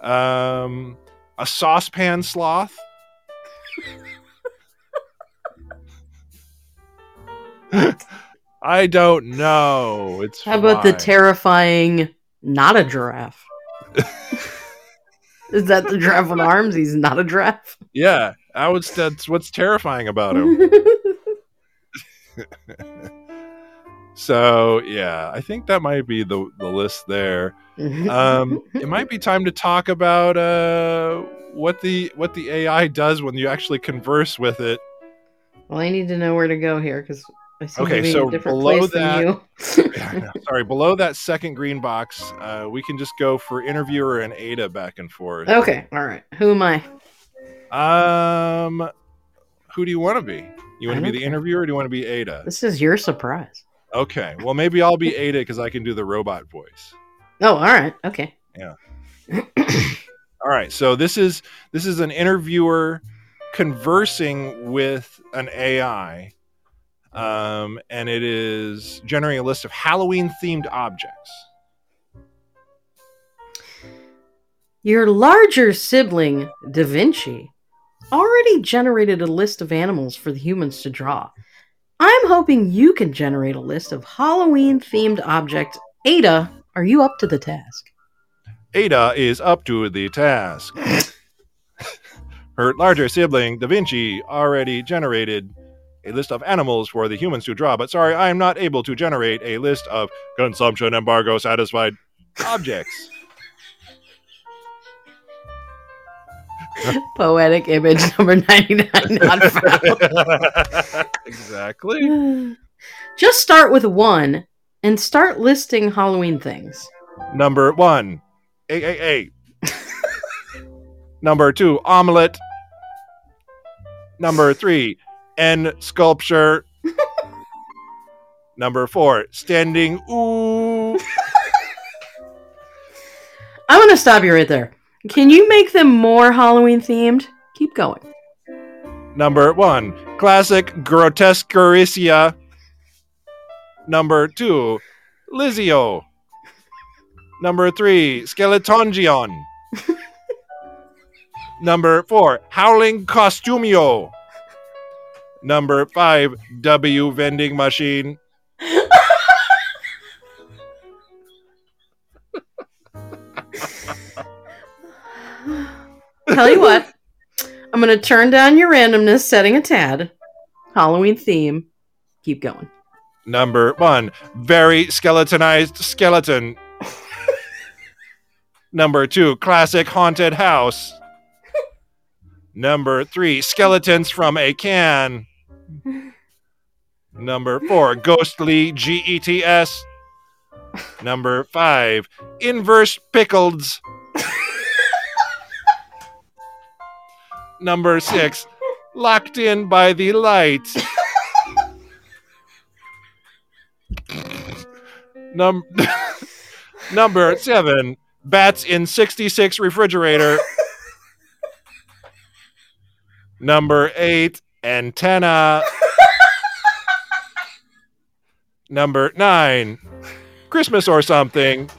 that. Um, a saucepan sloth. I don't know. It's How about the fine. terrifying not a giraffe? Is that the giraffe with arms? He's not a giraffe. Yeah, I would. That's what's terrifying about him. That's so yeah, I think that might be the the list there. Um, it might be time to talk about uh what the what the AI does when you actually converse with it. Well, I need to know where to go here because I seem Okay, to be so in a different below place than you. Sorry, below that second green box, uh, we can just go for interviewer and Ada back and forth. okay, all right. Who am I? Oh. Um, who do you want to be? You I want to be don't the care. interviewer or do you want to be Ada? This is your surprise. Okay, well, maybe I'll be Ada because I can do the robot voice. Oh, all right. Okay. Yeah. All right. So this is this is an interviewer conversing with an AI, um, and it is generating a list of Halloween themed objects. Your larger sibling, Da Vinci, already generated a list of animals for the humans to draw. I'm hoping you can generate a list of Halloween themed objects. Ada, are you up to the task? Ada is up to the task. Her larger sibling, Da Vinci, already generated a list of animals for the humans to draw, but sorry, I am not able to generate a list of consumption embargo satisfied objects. Poetic image number 99 not found. exactly. Just start with one and start listing Halloween things. Number one, eight eight eight. Number two, omelet. Number three, N sculpture. Number four, standing ooh. I'm going to stop you right there. Can you make them more Halloween themed? Keep going. Number one, classic grotesque Grotescuricia. Number two, Lizio. Number three, Skeletongion. Number four, Howling Costumio. Number five, W Vending Machine. Tell you what, I'm going to turn down your randomness setting a tad. Halloween theme. Keep going. Number one, very skeletonized skeleton. Number two, classic haunted house. Number three, skeletons from a can. Number four, ghostly GETS. Number five, inverse pickleds. Number six, locked in by the light. Num- number seven, bats in 66 refrigerator. number eight, antenna. number nine, Christmas or something.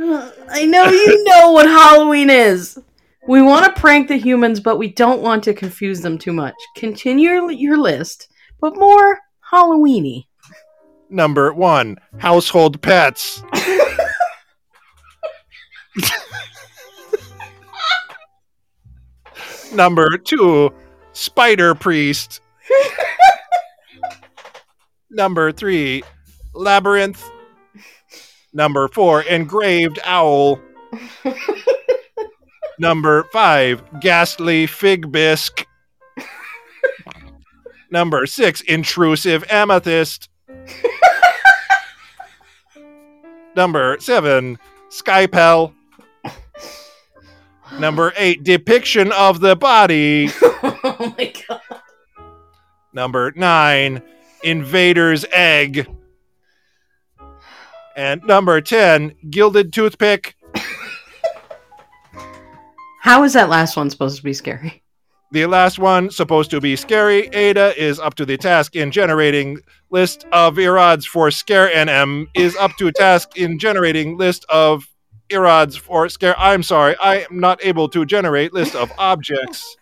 Ugh, I know you know what Halloween is. We want to prank the humans, but we don't want to confuse them too much. Continue your- your list, but more Halloweeny. Number one, household pets. Number two, spider priest. Number three, labyrinth. Number four, engraved owl. Number five, ghastly fig bisque. Number six, intrusive amethyst. Number seven, Skypel. Number eight, depiction of the body. oh my god. Number nine, invader's egg. And number 10, gilded toothpick. How is that last one supposed to be scary? The last one, supposed to be scary. Ada is up to the task in generating list of irads for scare NM. Is up to task in generating list of irads for scare. I'm sorry, I am not able to generate list of objects.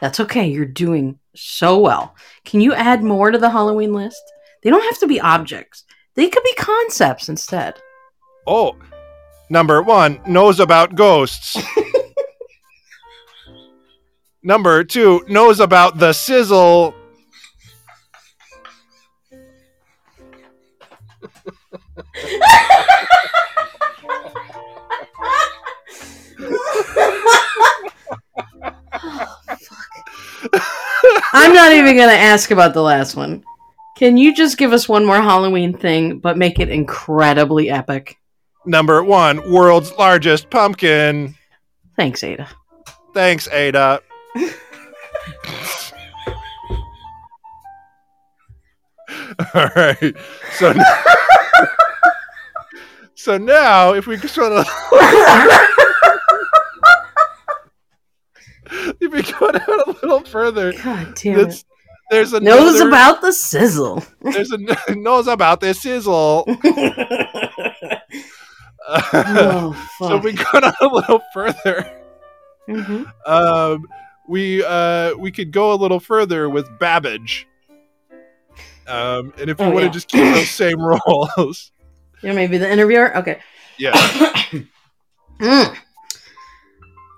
That's okay. You're doing so well. Can you add more to the Halloween list? They don't have to be objects. They could be concepts instead. Oh, number one knows about ghosts. number two knows about the sizzle. I'm not even going to ask about the last one. Can you just give us one more Halloween thing, but make it incredibly epic? Number one, world's largest pumpkin. Thanks, Ada. Thanks, Ada. All right. So, so now, if we sort of if we go down a little further, God damn it. that's, there's a Knows about the sizzle. there's a knows about this sizzle. Uh, Oh, fuck. so if we go down a little further. Mhm. Um, we uh, we could go a little further with Babbage. Um, and if you Oh, want to yeah. just keep those same roles, You know, maybe the interviewer? Okay. yeah. Mm.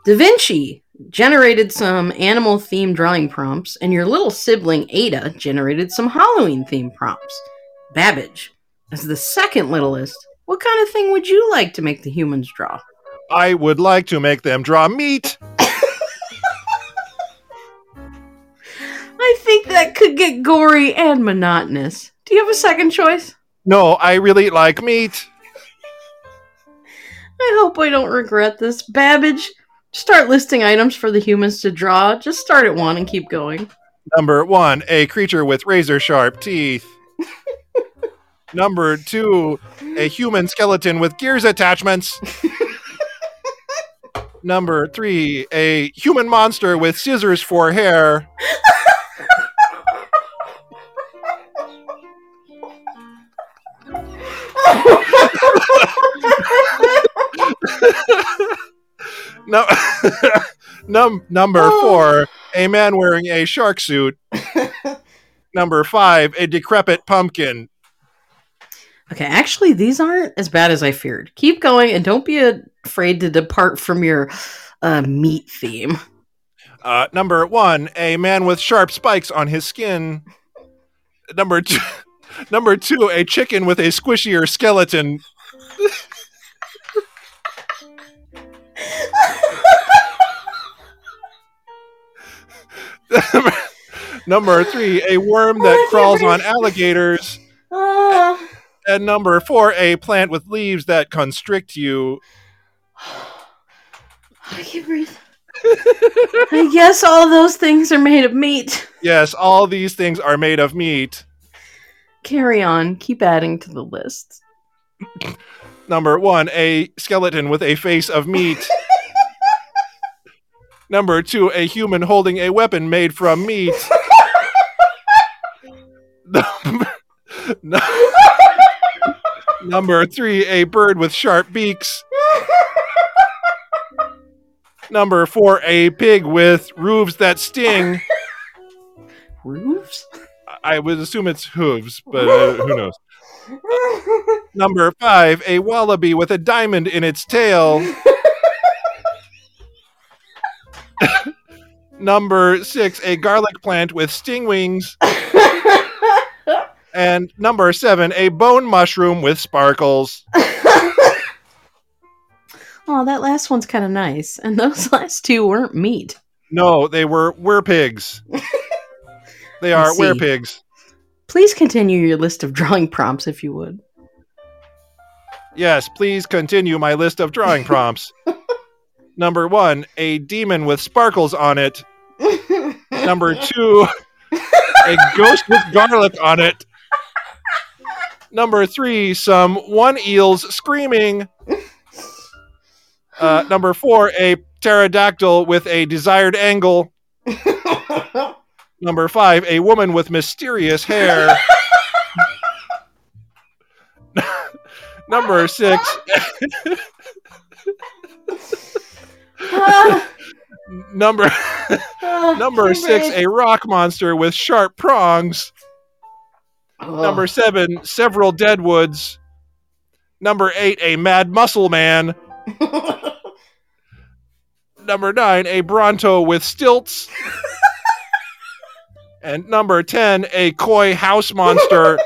Da Vinci generated some animal themed drawing prompts, and your little sibling Ada generated some Halloween themed prompts. Babbage, as the second littlest, what kind of thing would you like to make the humans draw? I would like to make them draw meat. I think that could get gory and monotonous. Do you have a second choice? No, I really like meat. I hope I don't regret this. Babbage, start listing items for the humans to draw. Just start at one and keep going. Number one, a creature with razor sharp teeth. Number two, a human skeleton with gears attachments. Number three, a human monster with scissors for hair. No, num- number four, a man wearing a shark suit. number five, a decrepit pumpkin. Okay, actually, these aren't as bad as I feared. Keep going and don't be afraid to depart from your uh, meat theme. Uh, number one, a man with sharp spikes on his skin. Number two, number two, a chicken with a squishier skeleton. number three, a worm that crawls on alligators. Ah. And number four, a plant with leaves that constrict you. I can breathe. I guess all those things are made of meat. Yes, all these things are made of meat. Carry on. Keep adding to the list. Number one, a skeleton with a face of meat. Number two, a human holding a weapon made from meat. Number, nu- number three, a bird with sharp beaks. Number four, a pig with roofs that sting. Roofs? I would assume it's hooves, but uh, who knows? Number five, a wallaby with a diamond in its tail. number six, a garlic plant with sting wings. and number seven, a bone mushroom with sparkles. Oh, that last one's kind of nice. And those last two weren't meat. No, they were were pigs. They I are see. were pigs. Please continue your list of drawing prompts if you would. Yes, please continue my list of drawing prompts. number one, a demon with sparkles on it. Number two, a ghost with garlic on it. Number three, some one eels screaming. Uh, number four, a pterodactyl with a desired angle. Number five, a woman with mysterious hair. number six, Ah, number ah, number can't six, breathe. a rock monster with sharp prongs. Oh. Number seven, several deadwoods. Number eight, a mad muscle man. Number nine, a Bronto with stilts. and number 10, a koi house monster.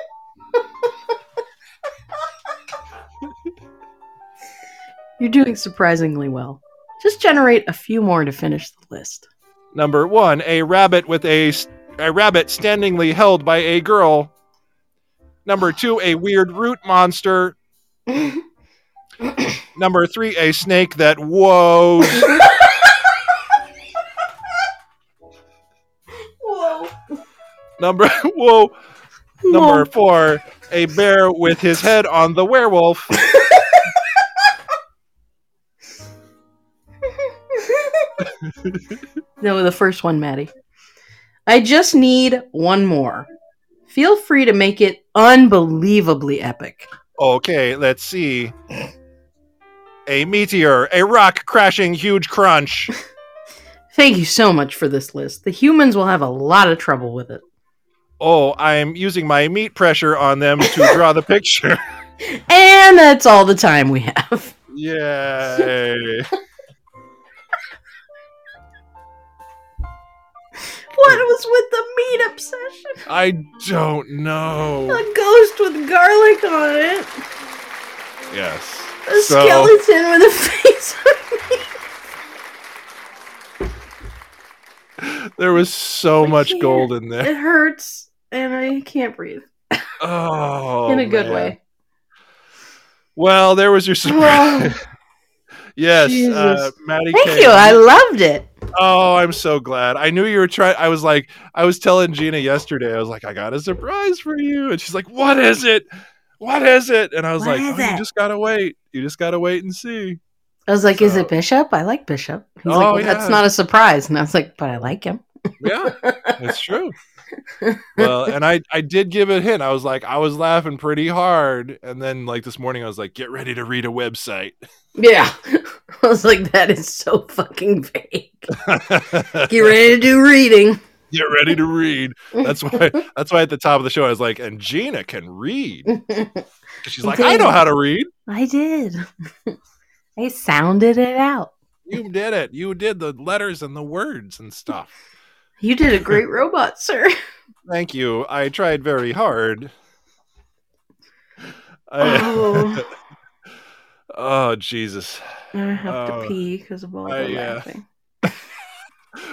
You're doing surprisingly well. Just generate a few more to finish the list. number one, a rabbit with a, st- a rabbit standingly held by a girl. Number two, a weird root monster. number three, a snake that whoa. Whoa. Number whoa. Number four, a bear with his head on the werewolf. No, the first one, Maddie. I just need one more. Feel free to make it unbelievably epic. Okay, let's see. A meteor, a rock crashing, huge crunch. Thank you so much for this list. The humans will have a lot of trouble with it. Oh, I'm using my meat pressure on them to draw the picture. And that's all the time we have. Yay. What was with the meat obsession? I don't know. A ghost with garlic on it. Yes. A So- skeleton with a face on it. There was so I much can't. gold in there. It hurts, and I can't breathe. Oh. in a good man. way. Well, there was your surprise. yes, uh, Jesus. Maddie. Thank Kay. you. I loved it. Oh, I'm so glad. I knew you were trying. I was like, I was telling Gina yesterday. I was like, I got a surprise for you, and she's like, What is it? What is it? And I was What like, is "Oh, it?" You just gotta wait. You just gotta wait and see. I was like, is So- it Bishop? I like Bishop. He's like, Oh, well, that's yeah. not a surprise. And I was like, but I like him. Yeah, it's true. Well, and I I did give a hint. I was like, I was laughing pretty hard, and then like this morning, I was like, Get ready to read a website. Yeah. I was like, that is so fucking vague. Get ready to do reading. get ready to read. That's why. That's why at the top of the show I was like, and Gina can read. She's like, I know how to read. I did. I sounded it out. You did it. You did the letters and the words and stuff. You did a great robot, sir. Thank you. I tried very hard. I, Oh, oh Jesus. I have Oh. to pee because of all the I, uh, laughing.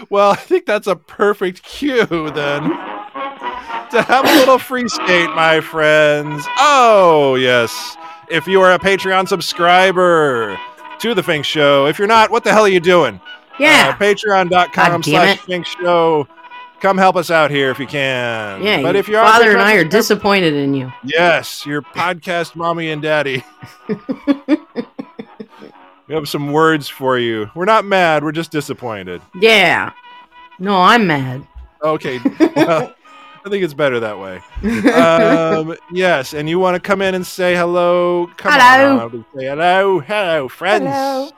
Well, I think that's a perfect cue then to have a little free skate, my friends. Oh, yes. If you are a Patreon subscriber to The Fink Show, if you're not, what the hell are you doing? Yeah. Uh, Patreon.com God damn slash it. Fink Show. Come help us out here if you can. yeah. your But if you're on father and Patreon I are subscriber- disappointed in you. Yes, your podcast mommy and daddy. we have some words for you. We're not mad, we're just disappointed. Yeah. No, I'm mad. Okay. Well, I think it's better that way. Um, yes, and you want to come in and say hello? Come Hello. on up and say hello, hello, friends. Hello.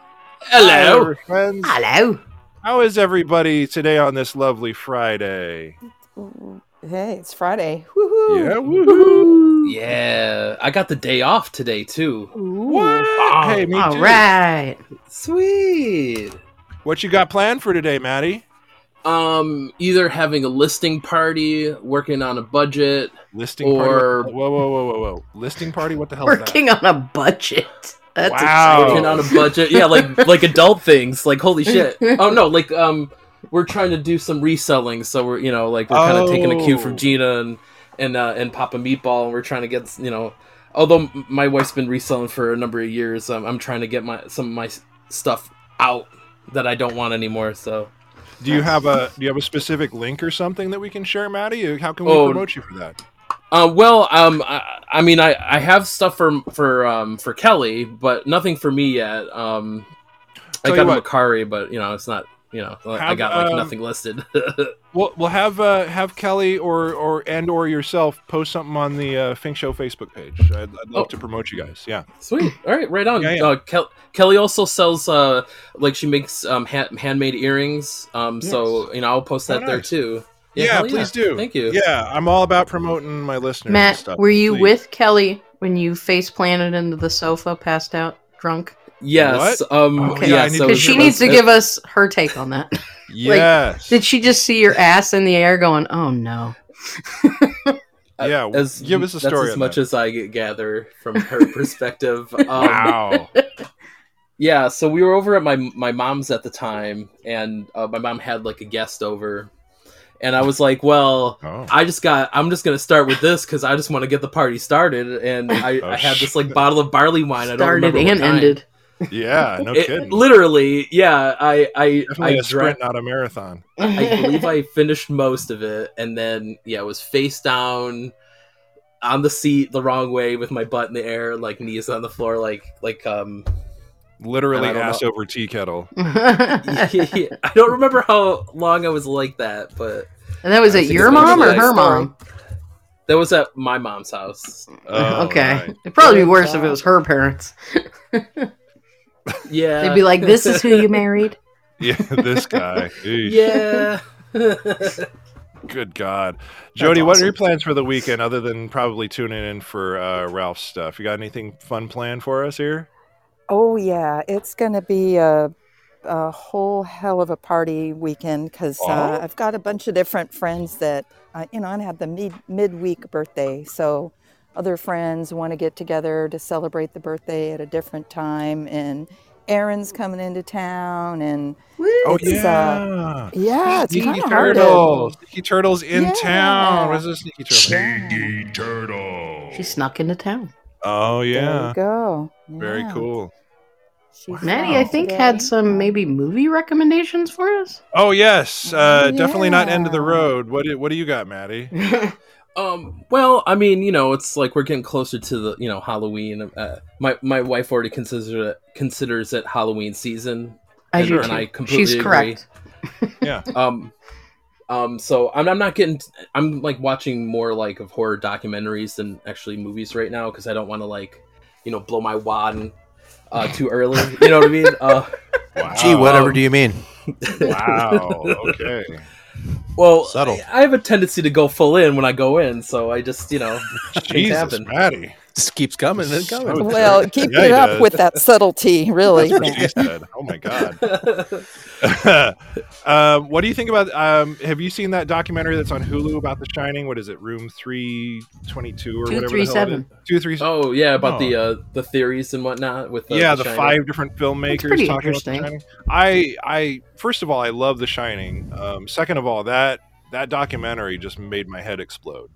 Hello, friends. Hello. How is everybody today on this lovely Friday? Hey, it's Friday. Woohoo! Yeah, woohoo. Yeah, I got the day off today too. What? hey, me All too. right. Sweet. What you got planned for today, Maddie? Um, either having a listing party, working on a budget. Listing party. Or- What the- Whoa, whoa, whoa, whoa, whoa! Listing party. What the hell? is that? Working on a budget. That's Wow. exciting. working on a budget. Yeah, like like adult things. Like holy shit. Oh no, like um, we're trying to do some reselling, so we're you know like we're kind of taking a cue Oh. from Gina and and uh, and Papa Meatball, and we're trying to get you know. Although m- my wife's been reselling for a number of years, um, I'm trying to get my some of my s- stuff out that I don't want anymore. So Do you have a Do you have a specific link or something that we can share, Maddie? How can we Oh. promote you for that? Uh, well, um, I, I mean, I, I have stuff for for um, for Kelly, but nothing for me yet. Um, I Tell you got a what. Macari, but you know, it's not. You know, I Have, got like um, nothing listed. Well, we'll have uh, have Kelly or or and or yourself post something on the uh, Fink Show Facebook page. I'd, I'd love Oh. to promote you guys. Yeah. Sweet. All right, right on. Yeah, yeah. Uh, Kel- Kelly also sells uh, like she makes um ha- handmade earrings. Um, so you know, I'll post Oh, that there nice. too. Yeah, hell please do. Thank you. Yeah, I'm all about promoting my listeners. and Matt, stuff, were you please. with Kelly when you face planted into the sofa, passed out, drunk? Yes. Um. Okay. Oh, Yeah, yeah. I need so to Because she hear needs to give us her take on that. Yes. Did she just see your ass in the air going, oh no? Yeah, As, give us a that's story as on much that. as I gather from her perspective. Um, Wow. Yeah, so we were over at my my mom's at the time, and uh, my mom had like a guest over, and I was like, "Well, Oh. I just got. I'm just gonna start with this because I just want to get the party started." And I, Oh, I had this like shit. bottle of barley wine. I don't Started remember what and kind. ended. Yeah. No It- kidding. literally, yeah. I I Definitely I a drank. sprint, not a marathon. I believe I finished most of it, and then yeah, it was face down. on the seat the wrong way with my butt in the air, like knees on the floor, like like um. Literally I don't ass know. over tea kettle. I don't remember how long I was like that, but And that was I at think your it's one of mom or those her stories. mom? that was at my mom's house. Oh, okay. right. It'd probably be Good worse if job. it was her parents. Yeah, They'd be like, this is who you married. Yeah, this guy. Eesh. yeah. Good God. Jody, what are your awesome. plans for the weekend other than probably tuning in for uh, Ralph's stuff? You got anything fun planned for us here? Oh yeah, it's going to be a a whole hell of a party weekend because uh, Oh. I've got a bunch of different friends that uh, you know I have the mid midweek birthday, so other friends want to get together to celebrate the birthday at a different time, and Aaron's coming into town, and Oh, yeah. It's, uh, yeah, it's Sneaky kind of hard. to- Turtle. Sneaky Turtle's in Yeah. town. Where's the Sneaky Turtle? Sneaky Turtle. She snuck into town. Oh, There yeah. you go. Very Yeah. cool. She's Maddie, out I think, today. had some maybe movie recommendations for us. Oh, yes. Uh, Definitely not end of the Yeah. road. What do, what do you got, Maddie? Um. Well, I mean, you know, it's like we're getting closer to the, you know, Halloween. Uh, my my wife already considers it, considers it Halloween season. I and, do and too. I completely She's agree. correct. Um, um. So I'm I'm not getting. I'm like watching more like of horror documentaries than actually movies right now because I don't want to like, you know, blow my wad and, uh, too early. You know what I mean? Uh, Wow. Gee, whatever Um, do you mean? Wow. Okay. well, Subtle. I, I have a tendency to go full in when I go in, so I just you know Jesus, happened. Maddie. Just keeps coming and So coming. terrible. Well, keep Yeah, it he up does. with that subtlety, really. That's what she said. Oh, my God. um, what do you think about? Um, have you seen that documentary that's on Hulu about The Shining? What is it? Room three twenty two or whatever. the hell it is? 237. Two three. Oh yeah, about Oh. the uh, the theories and whatnot with uh, yeah, the Shining. five different filmmakers pretty talking about The Shining. interesting. I, I first of all, I love The Shining. Um, second of all, that that documentary just made my head explode.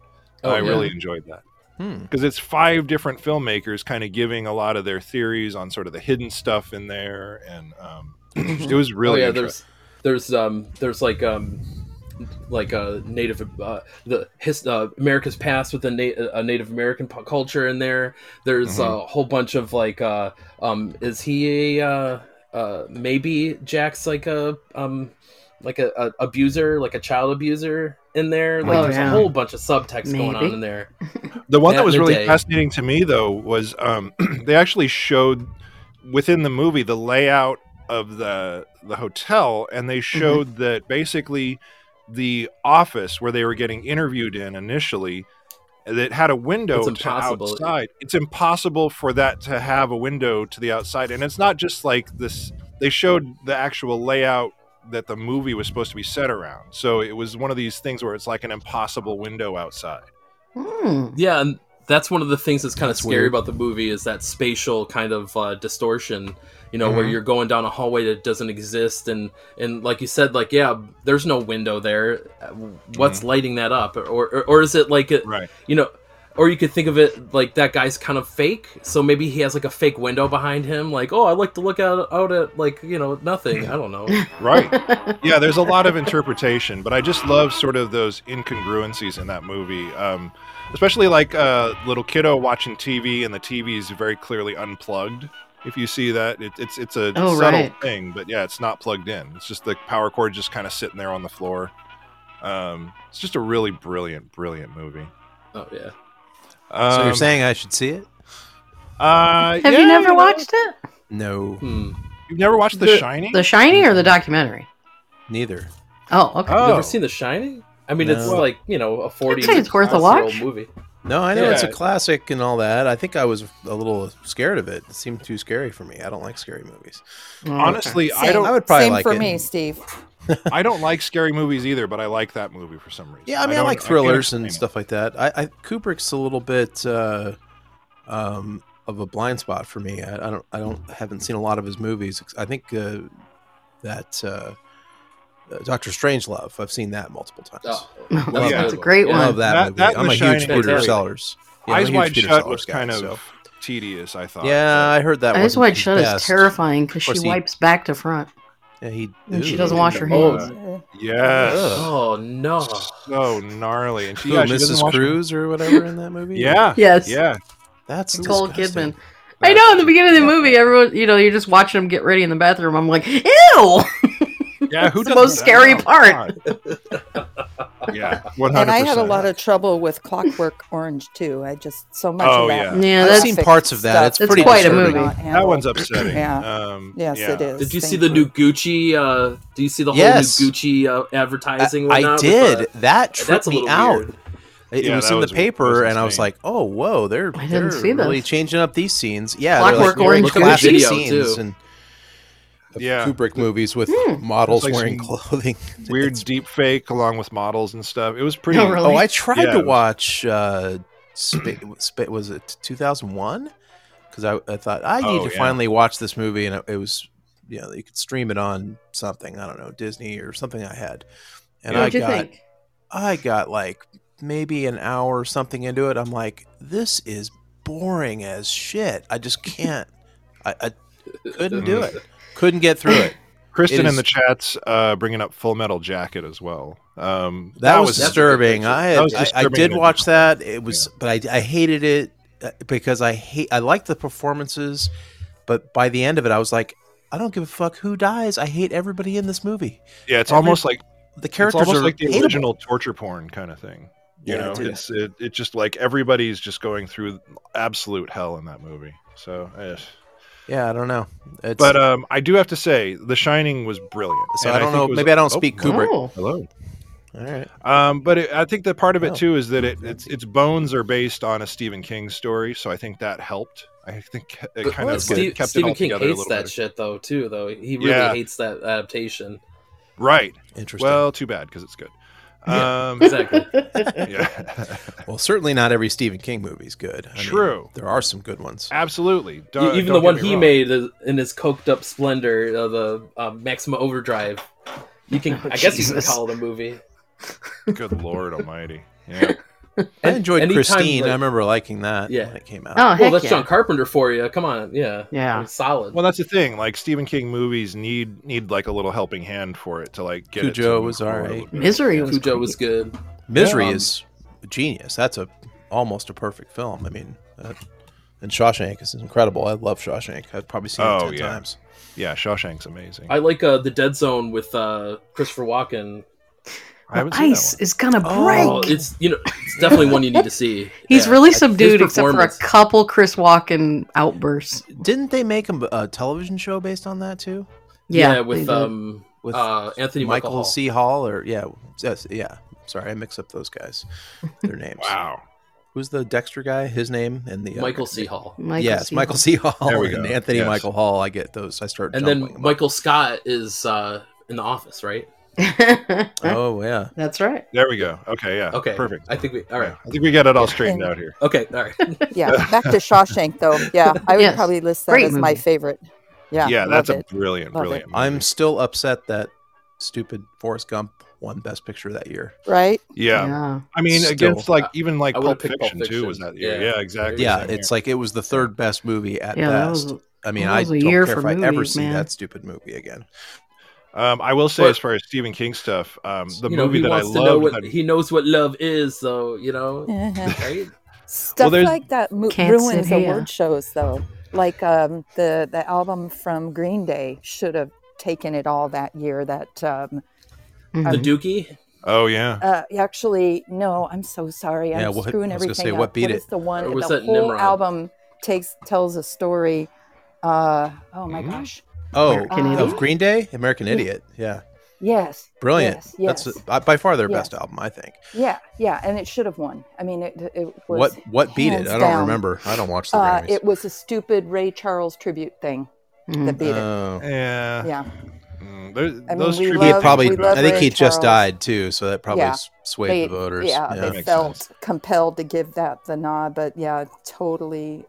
Oh, I yeah. really enjoyed that Hmm. because it's five different filmmakers kind of giving a lot of their theories on sort of the hidden stuff in there, and um, it was really oh, yeah. interesting. There's there's um there's like um like uh, native uh, the his uh, America's past with the na- uh, Native American pu- culture in there. There's Mm-hmm. uh, a whole bunch of like uh um is he a uh, uh maybe Jack's like a um like a, a abuser like a child abuser in there like Oh, there's yeah. a whole bunch of subtext going on Maybe. in there The one that Back was in the really day. fascinating to me, though, was um, they actually showed within the movie the layout of the the hotel, and they Mm-hmm. showed that basically the office where they were getting interviewed in initially that had a window It's to impossible. outside. It's impossible for that to have a window to the outside, and it's not just like this. They showed the actual layout that the movie was supposed to be set around. So it was one of these things where it's like an impossible window outside. Hmm. yeah and that's one of the things that's kind of That's scary weird. about the movie is that spatial kind of uh, distortion you know where Mhm. you're going down a hallway that doesn't exist and and like you said like yeah there's no window there what's lighting that up or or, or is it like it Right. you know or you could think of it like that guy's kind of fake so maybe he has like a fake window behind him like oh i like to look out, out at like you know nothing i don't know Right. yeah, there's a lot of interpretation, but I just love sort of those incongruencies in that movie. Um, especially like uh, little kiddo watching TV, and the TV is very clearly unplugged. If you see that, it, it's it's a Oh, subtle right. thing, but yeah, it's not plugged in. It's just the power cord just kind of sitting there on the floor. Um, it's just a really brilliant, brilliant movie. oh yeah Um, so you're saying I should see it? uh, Have yeah, you never know, watched it? No, hmm. You've never watched The, The- Shining? The Shining or the documentary? neither. Oh, okay. Oh. You've never seen The Shining? I mean, it's No. like you know a forty. I'd say it's worth a plus-year-old watch. Movie. No, I know it's a Yeah. classic and all that. I think I was a little scared of it. It seemed too scary for me. I don't like scary movies. Oh, Honestly, I Same- don't. I would probably Same like for it. me, Steve. I don't like scary movies either, but I like that movie for some reason. Yeah, I mean, I, don't- like can't thrillers explain and it. stuff like that. I, I Kubrick's a little bit uh, um, of a blind spot for me. I, I don't, I don't, haven't seen a lot of his movies. I think uh, that uh, Doctor Strangelove, I've seen that multiple times. Oh, okay. that's Yeah. That's a great I one. Love that, That- movie. that and I'm The a Shining huge is Peter great. Sellers. Yeah, I'm a Eyes huge Wide Peter Shut Sellers was guy, kind of so- tedious, I thought. Yeah, I heard that. Eyes wasn't Wide his Shut is best. terrifying because course she he- wipes back to front. Yeah, he, And she Ooh. doesn't wash her Oh, hands. Yeah. no. Yes. Oh no! So gnarly. And she, Who, yeah, she doesn't Mrs. wash her- Cruz or whatever in that movie? Yeah. Yes. Yeah. That's Nicole disgusting. Kidman. I know in the beginning of the movie, everyone, you know, you're just watching them get ready in the bathroom. I'm like, ew! Yeah. Who It's the most doesn't- scary oh, part. God. Yeah. One hundred. And I had a lot of trouble with Clockwork Orange too. I just so much Oh, of that. yeah. Yeah, I've that's seen graphic parts of that. stuff It's that pretty I could quite a disturbing. movie. not That handle. one's upsetting. Yeah. Um, Yes, yeah. it is. Did you see the new thankfully. Gucci? Uh, do you see the whole Yes. new Gucci uh, advertising? I, went I out with did. the- that that's tripped a me little out. weird. It, it Yeah, was that in was- the that paper, was and I was insane. like, "Oh, whoa! They're I they're didn't see this. really changing up these scenes." Yeah, they're Clockwork like, Orange really classic Gucci. Video, scenes too. and Yeah. Kubrick movies with Hmm. models It's like wearing some clothing. Weird It's- deep fake along with models and stuff. It was pretty. Oh, really? Oh, I tried Yeah, it to was- watch. Uh, Spa- Spa- was it 2001? Because I, I thought I need Oh, to yeah. finally watch this movie, and it, it was you know you could stream it on something I don't know Disney or something I had, and I What'd you got think? I got like maybe an hour or something into it. I'm like, this is boring as shit. I just can't. I, I couldn't do Mm. it. Couldn't get through it. Kristen It in is- the chats uh, bringing up Full Metal Jacket as well. Um, That, was, disturbing. I, had, That was I I disturbing did and- watch that. It was, but I, I hated it uh, because I hate. I liked the performances, but by the end of it, I was like, I don't give a fuck who dies. I hate everybody in this movie. yeah, it's every- almost like The it's characters almost are like the hateable. original torture porn kind of thing. You Yeah, know, dude. it's it, it just like everybody's just going through absolute hell in that movie. So, eh. Yeah, I don't know. It's, but um, I do have to say, The Shining was brilliant. so And I don't think know. it was- Maybe I don't oh, speak Kubrick. Oh. Hello. All right. Um, but it, I think that part of it Oh. too is that it, it's its bones are based on a Stephen King story, so I think that helped. I think it But kind well, of Ste- kept it Stephen all King together a hates little that bit. shit though too. Though he really Yeah. hates that adaptation. Right. Interesting. Well, too bad because it's good. Yeah. Um, Exactly. yeah. Well, certainly not every Stephen King movie is good. I mean, True. there are some good ones. E-, Absolutely. Don't- E-, don't Even the get one me he wrong. made is- in his coked up splendor, uh, the uh, Maxima Overdrive. You can, Oh, I guess, you can Jesus. call it a movie. Good Lord Almighty. Yeah. I And enjoyed anytime, Christine. like- I remember liking that Yeah. when it came out. Oh, well, heck that's yeah. John Carpenter for you. Come on, yeah, Yeah. It's solid. Well, that's the thing. Like Stephen King movies need need like a little helping hand for it to like get. it to Cujo move was forward a alright. little bit. Misery was Cujo was good. Misery Um, is genius. That's a almost a perfect film. I mean, uh, and Shawshank is incredible. I love Shawshank. I've probably seen Oh, it ten yeah. times. Yeah, Shawshank's amazing. I like uh, the Dead Zone with uh, Christopher Walken. I haven't seen that Ice is gonna break. Oh, it's you know, it's definitely one you need to see. He's Yeah. really His subdued, except for a performance- couple Chris Walken outbursts. Didn't they make a, a television show based on that too? Yeah, Yeah, they with did. um With uh, Anthony Michael Michael, Hall. C. Hall or yeah, yes, yeah. Sorry, I mix up those guys. Their names. one. Wow. Who's the Dexter guy? His name and the uh, Michael C. Hall. Michael yes, C. Michael C. Hall There we and go. Anthony Yes. Michael Hall. I get those. I start And jumbling then them up. Michael Scott is uh, in the office, right? Oh yeah, That's right. There we go. Okay. Yeah. Okay, Perfect. I think we all right. Yeah, I think we got it all straightened out here. Okay, all right. Yeah, back to Shawshank though. Yeah, I would Yes. probably list that Great as my movie. favorite. Yeah, Yeah, that's a loved it. brilliant, Love it. brilliant. I'm movie. still upset that stupid Forrest Gump won Best Picture that year. right. Yeah. Yeah. I mean, Still. against like even like I would've Pulp picked Fiction, Pulp Fiction. too was that year. Yeah. Yeah, exactly. Yeah, Same it's year. like it was the third best movie at Yeah, that best. was I mean, that I was a don't year care for if I ever movies, see man. that stupid movie again. Um, I will say, But- as far as Stephen King stuff, um, the you know, movie he that I wants to know love. what he knows what love is, so you know, Uh-huh. right? Stuff there's- like that mo- Can't ruins sit here. award shows though. Like um, the the album from Green Day should have taken it all that year. That um, The Mhm. Dookie. oh yeah, uh, actually, no, I'm so sorry. Yeah, I'm what- screwing I was gonna everything say, up. what beat it? is the one? Or was the that whole Nimrod? album takes tells a story. Uh, oh my Hmm? gosh! Oh, American Uh, of Idiot. Green Day, American Idiot. Yeah, Yes, brilliant. Yes, yes. That's uh, by far their Yes. best album, I think. yeah, yeah, and it should have won. I mean, it, it was What what beat it? hands I don't down. remember. I don't watch the Uh, Grammys. it was a stupid Ray Charles tribute thing that Mhm. beat it. Oh. yeah. Yeah, Mm, there- I mean, those we He tribute had love- probably. we love I think Ray he just Charles. died too, so that probably Yeah. s- swayed They- the voters. yeah, That they makes felt sense. compelled to give that the nod, but yeah, totally,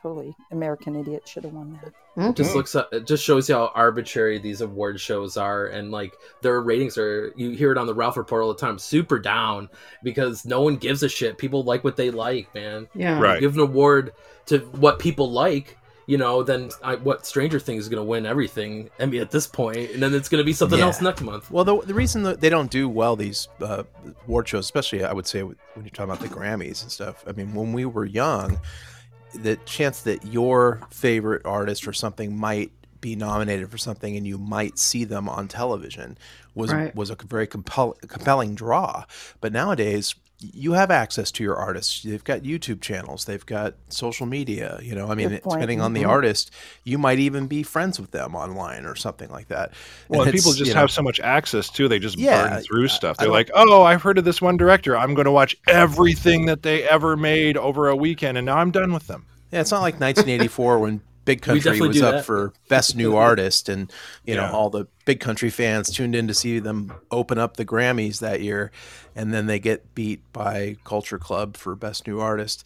totally, American Idiot should have won that. Just looks. Up, it just shows you how arbitrary these award shows are, and like their ratings are. You hear it on the Ralph Report all the time. Super down because no one gives a shit. People like what they like, man. Yeah. Right. You give an award to what people like. you know, then I, what Stranger Things is going to win everything. I mean, at this point, and then it's going to be something Yeah. else next month. Well, the, the reason that they don't do well these uh, award shows, especially I would say with- when you're talking about the Grammys and stuff. I mean, when we were young, the chance that your favorite artist or something might be nominated for something and you might see them on television was Right. was a very compel- compelling draw. But nowadays, you have access to your artists. They've got YouTube channels. They've got social media. You know, I mean, Good point. depending on the Mhm. artist, you might even be friends with them online or something like that. Well, and It's, people just you know, have so much access too. They just Yeah, burn through stuff. They're don't- like, "Oh, I've heard of this one director. I'm going to watch everything that they ever made over a weekend, and now I'm done with them." Yeah, it's not like 1984 when Big Country definitely was do up that. for Best New Artist, and you know Yeah. all the Big Country fans tuned in to see them open up the Grammys that year, and then they get beat by Culture Club for Best New Artist.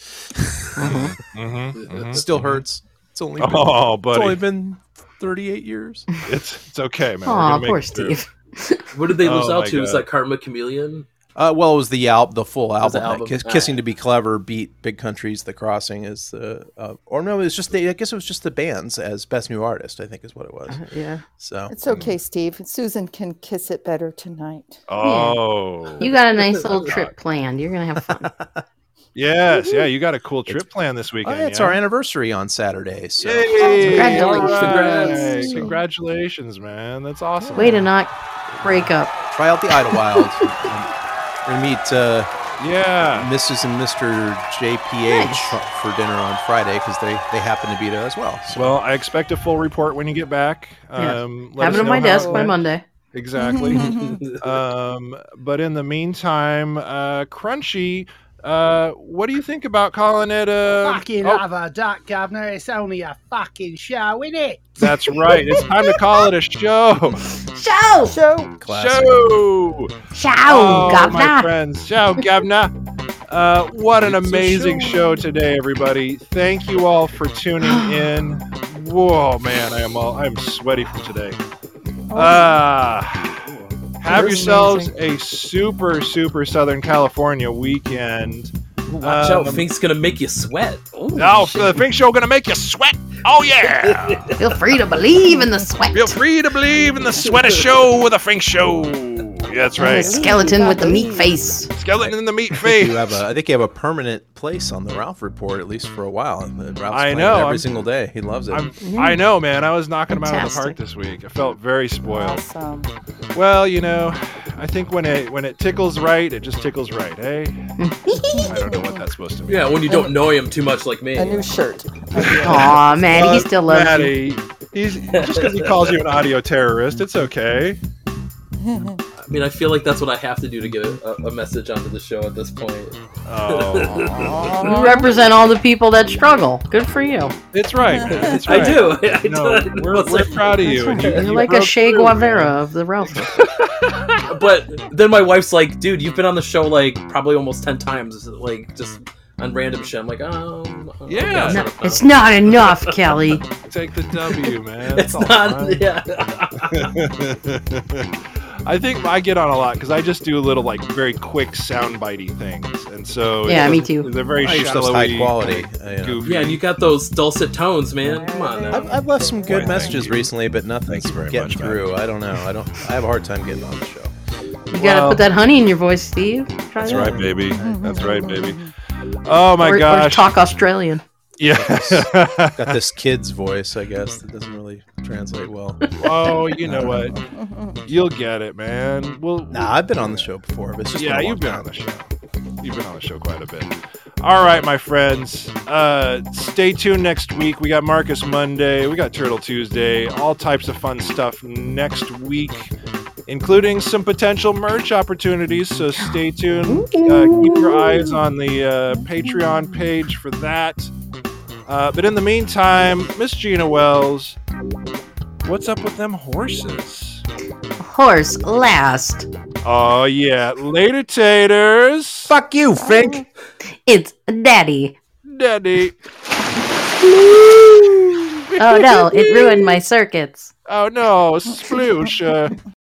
Mm-hmm, It still hurts. It's only been, Oh, it's buddy, only been 38 years. it's it's okay, man. We're Aw, gonna poor make it through. Steve. What did they lose Oh out my to? Was God. that Karma Chameleon? Uh, well, it was the al- the full was the album. album. Kiss- All Kissing right. to Be Clever beat Big Country's The Crossing is the, uh, or no, it was just the, I guess it was just the bands as Best New Artist. I think is what it was. Uh-huh. yeah. So It's okay, Steve. Susan can kiss it better tonight. Oh, You got a nice little trip planned. You're gonna have fun. yes, yeah. You got a cool trip plan this Oh, weekend. yeah, it's yeah? our anniversary on Saturday. So Yay! Congratulations. All Congrats. right. Congratulations, man. That's awesome. Way to not break up. try out the Idlewild. We're gonna meet uh, Yeah. Mrs. and Mr. JPH Nice. for dinner on Friday because they they happen to be there as well. So Well, I expect a full report when you get back. Yeah. Um, let Have us it on know my how desk it by went. Monday. Exactly. um, but in the meantime, uh, Crunchy, uh, what do you think about calling it a? Fucking Oh, have a duck, Governor. It's only a fucking show, innit? that's right. It's time to call it a show. Show! Show. classic. show. Ciao, Oh, my governor. friends. Ciao, Gavna. Uh, what an It's a amazing show show. today, everybody! Thank you all for tuning in. Whoa, man, I am all I'm sweaty from today. Oh. Ah, have It is yourselves a super, super Southern California weekend. Watch out, Um, Fink's gonna make you sweat. Ooh, Oh, shit. the Pink Show gonna make you sweat. Oh yeah! Feel free to believe in the sweat. Feel free to believe in the sweater show with a Fink Show. Yeah, that's The right. skeleton with the meat face. Skeleton in the meat You face. have a, I think you have a permanent place on the Ralph report at least for a while. And Ralph's I playing it know, every I'm- single day. He loves it. I'm, I know, man. I was knocking him out of the park Fantastic. this week. I felt very spoiled. Awesome. Well, you know, I think when it when it tickles right, it just tickles right, eh? I don't know what that's supposed to mean. Yeah, when you don't know him too much like me. A new shirt. Aw, man, he still loves you. Uh, Maddie, He's just because he calls you an audio terrorist, it's okay. I mean, I feel like that's what I have to do to get a, a message onto the show at this point. Oh, You represent all the people that struggle. Good for you. it's right. man, It's I right. do. I do. No, we're, we're proud of you. and you You're you like a broke Che through, man. Guevara of the Ralph. But then my wife's like, "Dude, you've been on the show like probably almost ten times, like just on random shit." I'm like, "Um, okay, Yeah. that's No, not enough." it's not enough, Kelly. Take the W, man. It's all not. fine. Yeah. I think I get on a lot because I just do little like very quick soundbitey things, and so it Yeah, me doesn't- too. They're very Oh, Your stuff's shallowy, high quality. uh, you know. goofy. Yeah, and you got those dulcet tones, man. Come on now. I've, I've left some Why, good thank messages you. recently, but nothing's very getting much, man. through. I don't know. I don't. I have a hard time getting on the show. You gotta put that honey in your voice, Steve. Try That's that. right, baby. That's right, baby. Oh my or, or gosh. talk Australian. yeah. Got this kid's voice, I guess, that doesn't really translate well. oh, you know what? You'll get it, man. We'll. Nah, I've been on the show before, but it's just yeah, been a long you've been time. on the show. You've been on the show quite a bit. All right, my friends. Uh, stay tuned next week. We got Marcus Monday. We got Turtle Tuesday. All types of fun stuff next week, including some potential merch opportunities. So stay tuned. Uh, keep your eyes on the uh, Patreon page for that. Uh, but in the meantime, Miss Gina Wells, what's up with them horses? Horse last. Oh, yeah. Later, taters. Fuck you, Fink. It's daddy. Daddy. Oh no, it ruined my circuits. Oh no, sploosh. Uh,